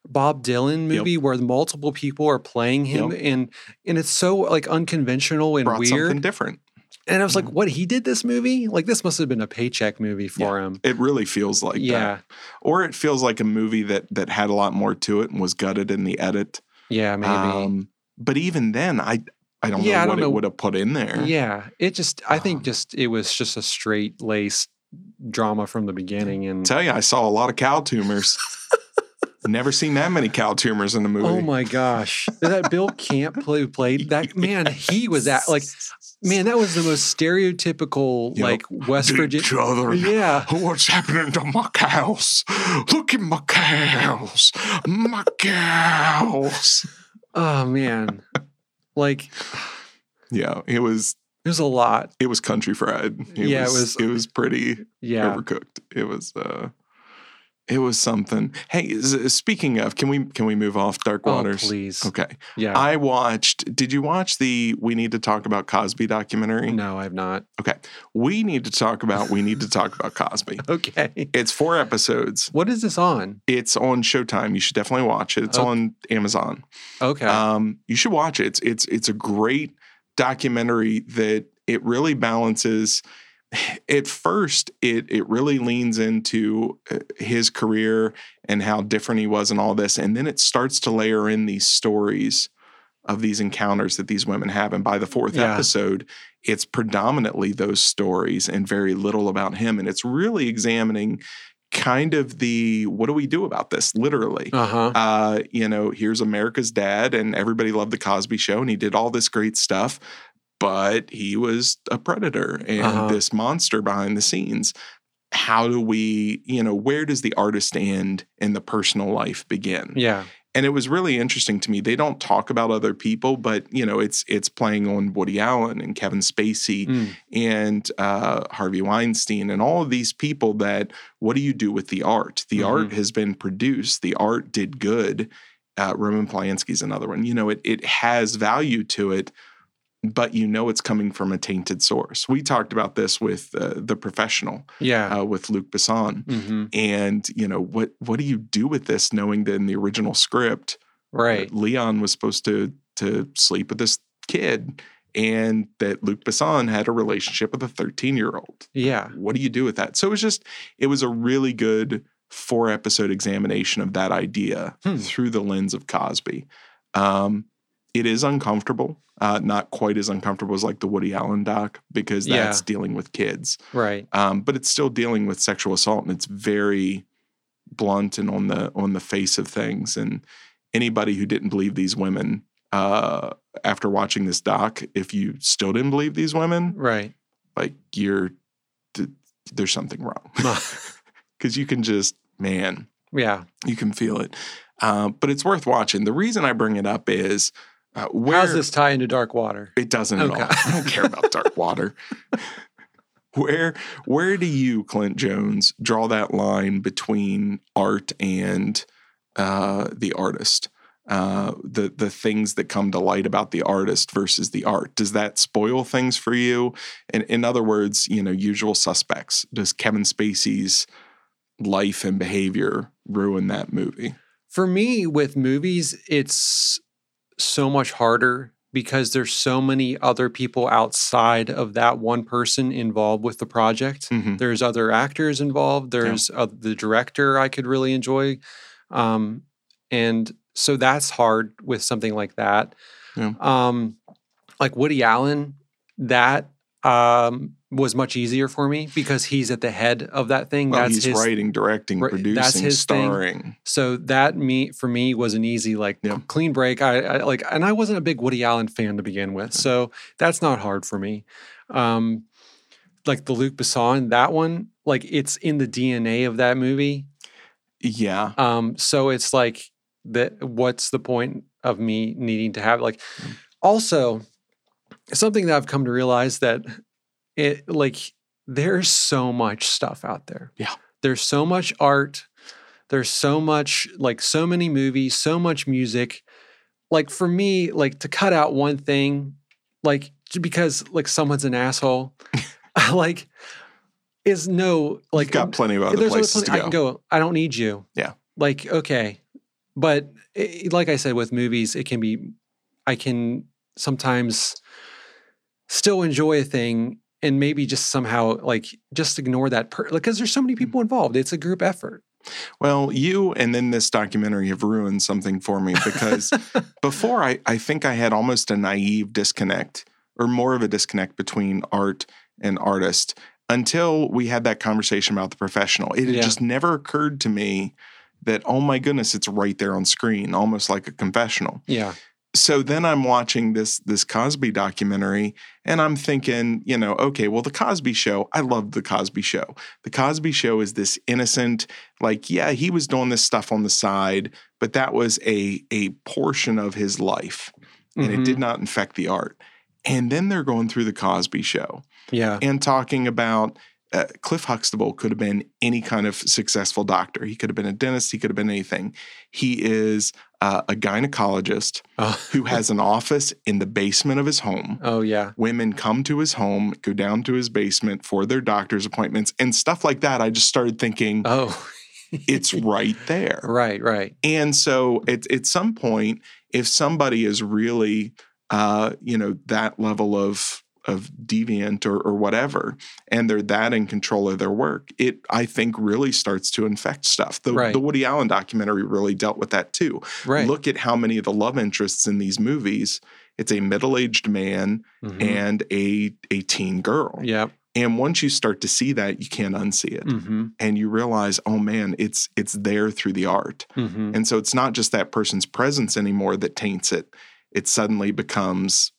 Speaker 2: Bob Dylan
Speaker 1: Yep.
Speaker 2: movie where multiple people are playing him and and it's so like unconventional and
Speaker 1: brought something mm-hmm.
Speaker 2: weird.
Speaker 1: different.
Speaker 2: And I was like, what he did this movie? Like this must have been a paycheck movie for him.
Speaker 1: It really feels like
Speaker 2: yeah.
Speaker 1: that. Or it feels like a movie that that had a lot more to it and was gutted in the edit.
Speaker 2: Yeah, maybe.
Speaker 1: Um, but even then, I I don't
Speaker 2: Yeah, I
Speaker 1: know what
Speaker 2: don't know.
Speaker 1: it would have put in there.
Speaker 2: Yeah, it just I think
Speaker 1: eh. Um,
Speaker 2: just it was just a straight laced drama from the beginning and
Speaker 1: tell you, I saw a lot of cow tumors. Never seen that many cow tumors in a movie.
Speaker 2: Oh my gosh. That Bill Camp play, played that man, he was at like man, that was the most stereotypical
Speaker 1: Yep.
Speaker 2: like West Virginia
Speaker 1: Each other.
Speaker 2: Yeah.
Speaker 1: What's happening to my cows? Look at my cows. My cows.
Speaker 2: Oh man. like
Speaker 1: Yeah, it was
Speaker 2: there's a lot.
Speaker 1: it was country fried. It
Speaker 2: Yeah, it
Speaker 1: was
Speaker 2: was-
Speaker 1: it was pretty
Speaker 2: Yeah.
Speaker 1: overcooked. It was uh it was something. Hey, s- uh, speaking of, can we can we move off Dark
Speaker 2: Oh,
Speaker 1: Waters?
Speaker 2: please.
Speaker 1: okay.
Speaker 2: Yeah.
Speaker 1: I watched did you watch the We Need to Talk About Cosby documentary?
Speaker 2: no, I've not.
Speaker 1: Okay. We need to talk about We Need to Talk About Cosby.
Speaker 2: Okay.
Speaker 1: It's four episodes.
Speaker 2: What is this on?
Speaker 1: It's on Showtime. You should definitely watch it. It's
Speaker 2: Okay.
Speaker 1: on Amazon.
Speaker 2: Okay.
Speaker 1: Um, you should watch it. It's it's it's a great documentary that it really balances. At first, it it really leans into uh, his career and how different he was and all this, and then it starts to layer in these stories of these encounters that these women have. And by the fourth
Speaker 2: Yeah.
Speaker 1: episode, it's predominantly those stories and very little about him. And it's really examining kind of the what do we do about this, literally
Speaker 2: uh-huh.
Speaker 1: uh, you know, here's America's dad, and everybody loved the Cosby Show, and he did all this great stuff, but he was a predator and
Speaker 2: Uh-huh.
Speaker 1: this monster behind the scenes. How do we, you know, where does the artist end and the personal life begin?
Speaker 2: Yeah.
Speaker 1: and it was really interesting to me they don't talk about other people but you know it's it's playing on woody allen and kevin spacey
Speaker 2: Mm.
Speaker 1: and uh, harvey weinstein and all of these people that what do you do with the art the art has been produced the art did good uh, roman polanski's another one you know it, it has value to it but you know it's coming from a tainted source we talked about this with uh, the professional
Speaker 2: Yeah.
Speaker 1: uh, with luke besson
Speaker 2: hmm
Speaker 1: and you know what what do you do with this knowing that in the original script
Speaker 2: Right.
Speaker 1: Leon was supposed to to sleep with this kid and that Luke Besson had a relationship with a 13 year old.
Speaker 2: Yeah.
Speaker 1: What do you do with that? So it was just it was a really good four episode examination of that idea
Speaker 2: Hmm.
Speaker 1: through the lens of Cosby. Um, it is uncomfortable, uh, not quite as uncomfortable as like the Woody Allen doc, because
Speaker 2: Yeah.
Speaker 1: that's dealing with kids
Speaker 2: Right.
Speaker 1: um, but it's still dealing with sexual assault and it's very blunt and on the on the face of things and anybody who didn't believe these women uh, after watching this doc if you still didn't believe these women
Speaker 2: Right.
Speaker 1: like you're th- there's something wrong because you can just man
Speaker 2: yeah.
Speaker 1: you can feel it uh, but it's worth watching the reason i bring it up is uh, where
Speaker 2: How does this tie into Dark Water?
Speaker 1: it doesn't at
Speaker 2: Okay.
Speaker 1: all. I don't care about dark water. where where do you, Clint Jones, draw that line between art and uh, the artist? Uh, the the things that come to light about the artist versus the art. Does that spoil things for you? And in other words, you know, usual suspects. Does Kevin Spacey's life and behavior ruin that movie?
Speaker 2: For me, with movies, it's so much harder because there's so many other people outside of that one person involved with the project.
Speaker 1: Mm-hmm.
Speaker 2: There's other actors involved. There's uh, the director I could really enjoy, um, and so that's hard with something like that.
Speaker 1: Yeah.
Speaker 2: Um, like Woody Allen, that um, was much easier for me because he's at the head of that thing.
Speaker 1: Well,
Speaker 2: that's
Speaker 1: he's
Speaker 2: his
Speaker 1: writing, directing,
Speaker 2: Right, that's
Speaker 1: producing,
Speaker 2: his thing.
Speaker 1: starring.
Speaker 2: so that me for me was an easy like
Speaker 1: Yeah.
Speaker 2: clean break. I, I like and I wasn't a big Woody Allen fan to begin with, so that's not hard for me. Um, like the Luke Besson, that one, like it's in the DNA of that movie.
Speaker 1: Yeah.
Speaker 2: Um, so it's like that. What's the point of me needing to have like?
Speaker 1: Mm.
Speaker 2: Also, something that I've come to realize that it like there's so much stuff out there.
Speaker 1: Yeah.
Speaker 2: there's so much art. There's so much like so many movies, so much music. Like for me, like to cut out one thing, like j- because like someone's an asshole, like is no like
Speaker 1: You've got plenty of other
Speaker 2: there's
Speaker 1: places
Speaker 2: other
Speaker 1: to
Speaker 2: plenty-
Speaker 1: go.
Speaker 2: I can go. I don't need you.
Speaker 1: Yeah.
Speaker 2: Like okay, but it, like I said, with movies, it can be. I can sometimes still enjoy a thing and maybe just somehow like just ignore that per because there's so many
Speaker 1: Mm-hmm.
Speaker 2: people involved. It's a group effort.
Speaker 1: Well, you and then this documentary have ruined something for me because before I, I think I had almost a naive disconnect or more of a disconnect between art and artist until we had that conversation about the professional. It had
Speaker 2: Yeah.
Speaker 1: just never occurred to me that, oh my goodness, it's right there on screen, almost like a confessional.
Speaker 2: Yeah.
Speaker 1: So then I'm watching this this Cosby documentary and I'm thinking, you know, okay, well the Cosby show, I loved the Cosby show. The Cosby show is this innocent like yeah, he was doing this stuff on the side, but that was a a portion of his life and it
Speaker 2: Mhm.
Speaker 1: did not infect the art. And then they're going through the Cosby show
Speaker 2: Yeah.
Speaker 1: and talking about uh, Cliff Huxtable could have been any kind of successful doctor. He could have been a dentist, he could have been anything. He is uh, a gynecologist
Speaker 2: Oh,
Speaker 1: who has an office in the basement of his home.
Speaker 2: oh yeah.
Speaker 1: Women come to his home, go down to his basement for their doctor's appointments and stuff like that. I just started thinking
Speaker 2: Oh.
Speaker 1: it's right there.
Speaker 2: right. Right.
Speaker 1: And so at, at some point, if somebody is really, uh, you know, that level of of deviant or, or whatever, and they're that in control of their work, it I think really starts to infect stuff. The,
Speaker 2: Right.
Speaker 1: the Woody Allen documentary really dealt with that too
Speaker 2: Right.
Speaker 1: look at how many of the love interests in these movies it's a middle-aged man
Speaker 2: Mhm.
Speaker 1: and a a teen girl
Speaker 2: Yep.
Speaker 1: and once you start to see that you can't unsee it
Speaker 2: Mm-hmm.
Speaker 1: and you realize oh man it's it's there through the art
Speaker 2: Mm-hmm.
Speaker 1: and so it's not just that person's presence anymore that taints it it suddenly becomes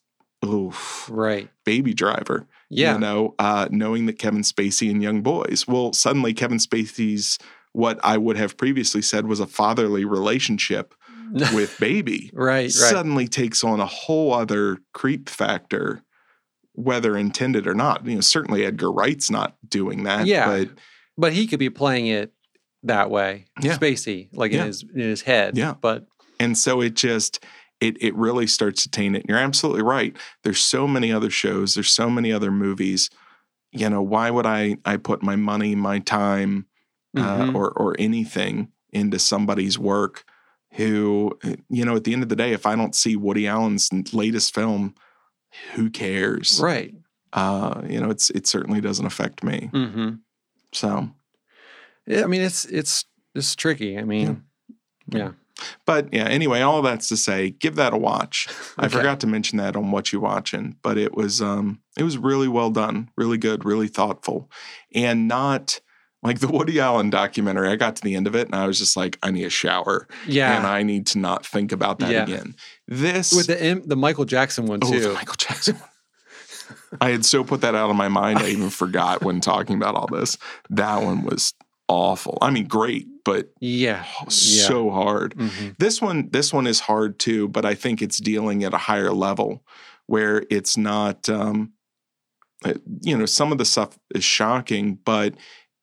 Speaker 1: oof
Speaker 2: Right.
Speaker 1: baby driver
Speaker 2: Yeah.
Speaker 1: you know uh, knowing that kevin spacey and young boys well suddenly kevin spacey's what i would have previously said was a fatherly relationship with baby
Speaker 2: right. Right.
Speaker 1: suddenly takes on a whole other creep factor, whether intended or not. You know, certainly Edgar Wright's not doing that.
Speaker 2: Yeah.
Speaker 1: But
Speaker 2: but he could be playing it that way,
Speaker 1: Yeah.
Speaker 2: spacey, like
Speaker 1: Yeah.
Speaker 2: in his in his head.
Speaker 1: Yeah.
Speaker 2: but
Speaker 1: and so it just it it really starts to taint it. And you're absolutely right. There's so many other shows, there's so many other movies. You know, why would I I put my money, my time,
Speaker 2: Mhm.
Speaker 1: uh, or or anything into somebody's work who you know at the end of the day if i don't see woody allen's latest film who cares
Speaker 2: right.
Speaker 1: uh, you
Speaker 2: Mm.
Speaker 1: know, it's it certainly doesn't affect me.
Speaker 2: Mm-hmm.
Speaker 1: So
Speaker 2: Yeah, I mean, it's it's It's tricky. I mean, yeah.
Speaker 1: But yeah, anyway, all that's to say, give that a watch. I
Speaker 2: Okay.
Speaker 1: forgot to mention that on what you watching, but it was um it was really well done, really good, really thoughtful, and not like the Woody Allen documentary. I got to the end of it and I was just like, I need a shower
Speaker 2: Yeah.
Speaker 1: and uh, I need to not think about that
Speaker 2: Yeah.
Speaker 1: again. This
Speaker 2: With the M, the Michael Jackson one
Speaker 1: oh, the
Speaker 2: too.
Speaker 1: Michael Jackson. one. I had so put that out of my mind, I even forgot when talking about all this. That one was awful. I mean, great, but
Speaker 2: yeah.
Speaker 1: oh, so hard.
Speaker 2: Mhm.
Speaker 1: This one, this one is hard too, but I think it's dealing at a higher level where it's not, um, it- you know, some of the stuff is shocking, but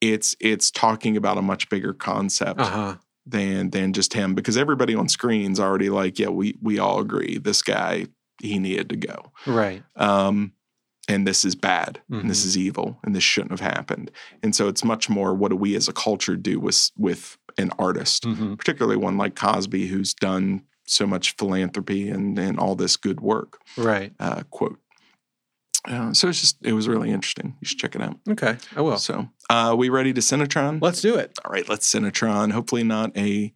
Speaker 1: it's it's talking about a much bigger concept
Speaker 2: Uh huh.
Speaker 1: than than just him because everybody on screen's already like, yeah, we we all agree this guy he needed to go,
Speaker 2: Right.
Speaker 1: um, and this is bad, and this
Speaker 2: Mhm.
Speaker 1: is evil, and this shouldn't have happened, and so it's much more what do we as a culture do with with an artist
Speaker 2: hmm
Speaker 1: particularly one like Cosby, who's done so much philanthropy and, and all this good work.
Speaker 2: Right.
Speaker 1: Uh, quote. Uh, so it's just it was really interesting. You should check it out.
Speaker 2: Okay. I will.
Speaker 1: So uh, we ready to Cinetron?
Speaker 2: Let's do it.
Speaker 1: all right, let's Cinetron. Hopefully not a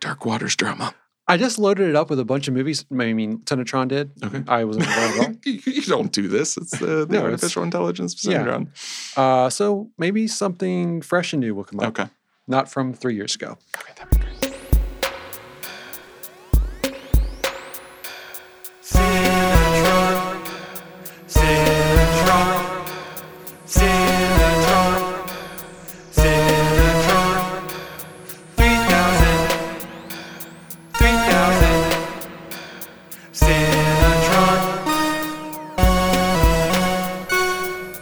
Speaker 1: Dark Waters drama.
Speaker 2: I just loaded it up with a bunch of movies. I mean, Tenetron did.
Speaker 1: Okay.
Speaker 2: I wasn't involved at all.
Speaker 1: you, you don't do this. It's uh, the
Speaker 2: No, it's-
Speaker 1: artificial intelligence
Speaker 2: Yeah.
Speaker 1: Cinetron.
Speaker 2: Uh, so maybe something fresh and new will come up.
Speaker 1: Okay.
Speaker 2: Not from three years ago.
Speaker 1: Okay, that'd be great.
Speaker 3: Sinatron, Sinatron, Sinatron, Sinatron, 3000, 3000, Sinatron.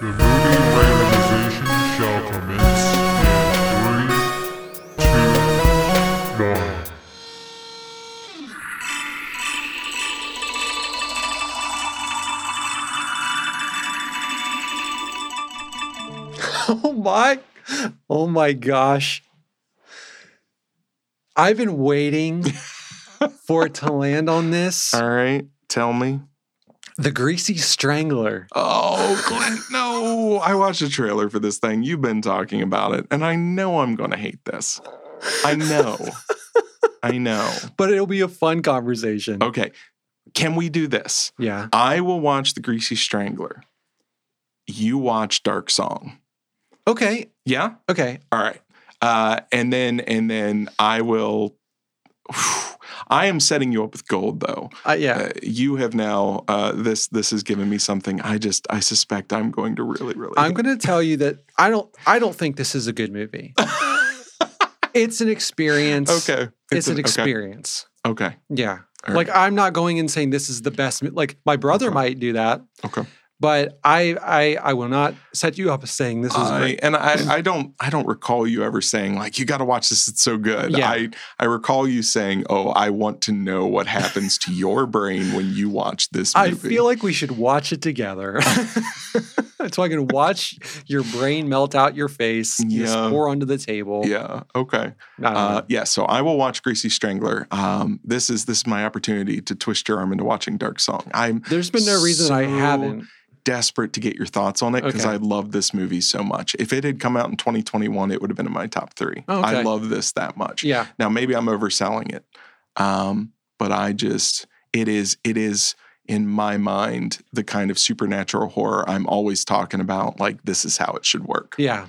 Speaker 4: The movie randomization shall commence in three, two, one.
Speaker 2: Oh my, oh my gosh. I've been waiting for it to land on this.
Speaker 1: All right. Tell me.
Speaker 2: The Greasy Strangler.
Speaker 1: Oh, Clint, no. I watched a trailer for this thing. You've been talking about it, and I know I'm going to hate this. I know. I know.
Speaker 2: But it'll be a fun conversation.
Speaker 1: Okay. Can we do this?
Speaker 2: Yeah.
Speaker 1: I will watch The Greasy Strangler. You watch Dark Song.
Speaker 2: Okay.
Speaker 1: Yeah?
Speaker 2: Okay.
Speaker 1: All right. Uh, and then and then I will I am setting you up with gold though.
Speaker 2: Uh,
Speaker 1: Uh,
Speaker 2: yeah.
Speaker 1: you have now uh, this this has given me something I just I suspect I'm going to really really
Speaker 2: I'm going to tell you that I don't. I don't think this is a good movie. it's an experience.
Speaker 1: Okay.
Speaker 2: It's, an
Speaker 1: okay.
Speaker 2: experience.
Speaker 1: Okay.
Speaker 2: Yeah.
Speaker 1: All
Speaker 2: like I'm not going and saying this is the best. mo- Like my brother
Speaker 1: Okay.
Speaker 2: might do that.
Speaker 1: Okay.
Speaker 2: But I I I will not set you up as saying this is
Speaker 1: I,
Speaker 2: great.
Speaker 1: and I, I don't I don't recall you ever saying like you got to watch this it's so good.
Speaker 2: Yeah.
Speaker 1: I I recall you saying, "Oh, I want to know what happens to your brain when you watch this movie."
Speaker 2: I feel like we should watch it together. so I can watch your brain melt out your face, you just
Speaker 1: Yeah.
Speaker 2: pour onto the table.
Speaker 1: yeah. Okay.
Speaker 2: I don't
Speaker 1: Uh,
Speaker 2: know.
Speaker 1: yeah. So I will watch Greasy Strangler. Um, this is this is my opportunity to twist your arm into watching Dark Song. I'm
Speaker 2: There's been no reason I
Speaker 1: so-
Speaker 2: haven't.
Speaker 1: desperate to get your thoughts on it because
Speaker 2: Okay.
Speaker 1: I love this movie so much. If it had come out in 2021, it would have been in my top three.
Speaker 2: Oh, okay.
Speaker 1: I love this that much.
Speaker 2: Yeah.
Speaker 1: Now maybe I'm overselling it, um, but I just it is it is in my mind the kind of supernatural horror I'm always talking about. Like this is how it should work.
Speaker 2: Yeah.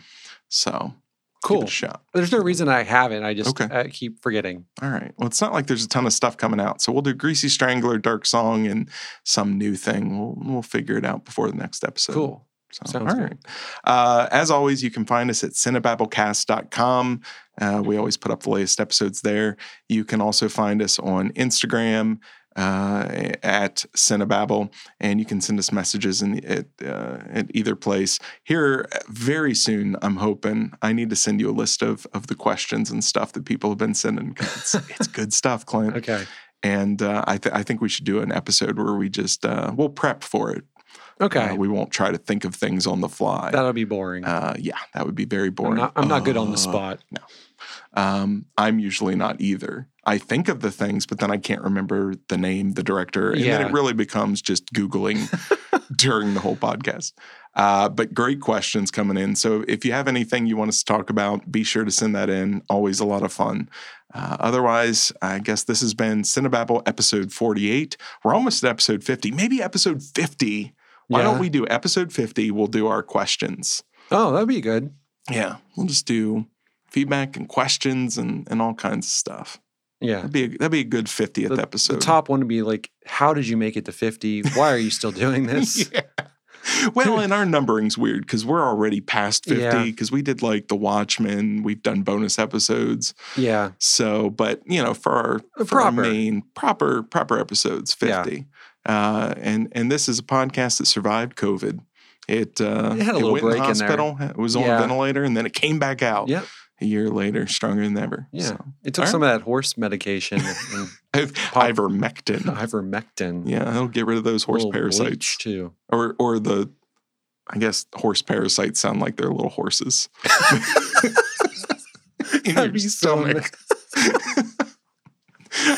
Speaker 1: So Give
Speaker 2: Cool.
Speaker 1: it a shot.
Speaker 2: There's no reason I haven't. I just
Speaker 1: Okay.
Speaker 2: uh, keep forgetting.
Speaker 1: All right. Well, it's not like there's a ton of stuff coming out, so we'll do Greasy Strangler, Dark Song, and some new thing. We'll we'll figure it out before the next episode.
Speaker 2: Cool.
Speaker 1: So,
Speaker 2: Sounds
Speaker 1: all
Speaker 2: good.
Speaker 1: right. Uh, as always, you can find us at cinebabblecast.com. Uh, we always put up the latest episodes there. You can also find us on Instagram uh, at Cinebabble, and you can send us messages in the, at, uh, at either place. Here, very soon, I'm hoping I need to send you a list of of the questions and stuff that people have been sending. 'cause It's, it's good stuff, Clint.
Speaker 2: Okay.
Speaker 1: And uh, I, th- I think we should do an episode where we just uh, we'll prep for it.
Speaker 2: Okay.
Speaker 1: Uh, we won't try to think of things on the fly.
Speaker 2: That'll be boring.
Speaker 1: uh, yeah, that would be very boring.
Speaker 2: I'm not, I'm not good on the
Speaker 1: Uh,
Speaker 2: spot.
Speaker 1: Um, I'm usually not either. I think of the things, but then I can't remember the name, the director, and then
Speaker 2: Yeah.
Speaker 1: it really becomes just googling during the whole podcast. Uh, but great questions coming in. So if you have anything you want us to talk about, be sure to send that in. Always a lot of fun. Uh, otherwise, I guess this has been Cinebabble episode 48. We're almost at episode 50, maybe episode 50. Why
Speaker 2: Yeah.
Speaker 1: don't we do episode 50? We'll do our questions.
Speaker 2: Oh, that'd be good.
Speaker 1: Yeah, we'll just do feedback and questions and, and all kinds of stuff.
Speaker 2: Yeah.
Speaker 1: That'd be a, that'd be a good fiftieth episode.
Speaker 2: The top one would be like, how did you make it to 50? Why are you still doing this?
Speaker 1: yeah. Well, and our numbering's weird because we're already past fifty
Speaker 2: Yeah.
Speaker 1: because we did like the Watchmen. We've done bonus episodes,
Speaker 2: yeah.
Speaker 1: so but you know for our, for our
Speaker 2: Proper.
Speaker 1: main proper proper episodes
Speaker 2: Yeah.
Speaker 1: fifty. Uh, and and this is a podcast that survived COVID. It uh,
Speaker 2: It had a little
Speaker 1: went in the
Speaker 2: break in there.
Speaker 1: hospital. It was on
Speaker 2: Yeah.
Speaker 1: a ventilator, and then it came back out
Speaker 2: Yep.
Speaker 1: a year later, stronger than ever.
Speaker 2: Yeah.
Speaker 1: So.
Speaker 2: It took
Speaker 1: All
Speaker 2: some of that horse medication and
Speaker 1: Iv-
Speaker 2: Pop-
Speaker 1: ivermectin.
Speaker 2: ivermectin.
Speaker 1: Yeah, it'll get rid of those horse
Speaker 2: Little
Speaker 1: parasites,
Speaker 2: bleach, too.
Speaker 1: or or the, I guess horse parasites sound like they're little horses. In
Speaker 2: That'd
Speaker 1: your
Speaker 2: be so
Speaker 1: stomach.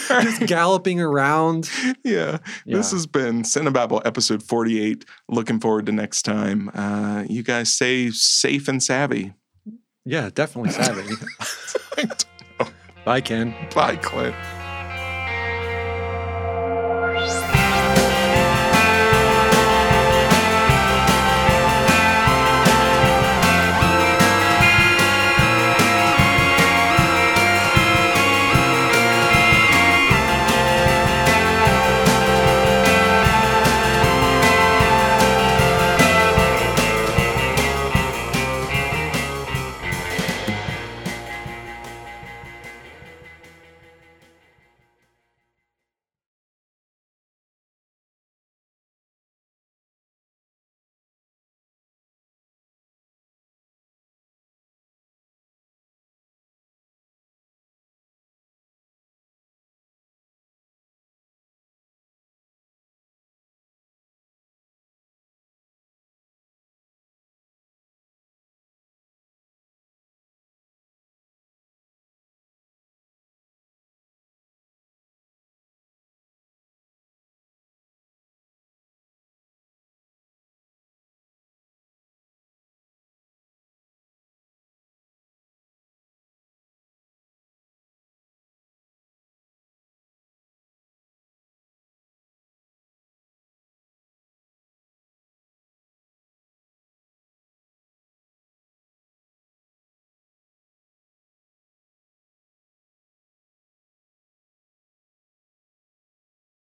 Speaker 2: Just galloping around.
Speaker 1: yeah.
Speaker 2: Yeah.
Speaker 1: this has been Cinebabble episode forty-eight. Looking forward to next time. Uh, you guys stay safe and savvy.
Speaker 2: yeah, definitely savvy. Bye, Ken.
Speaker 1: Bye, Clint.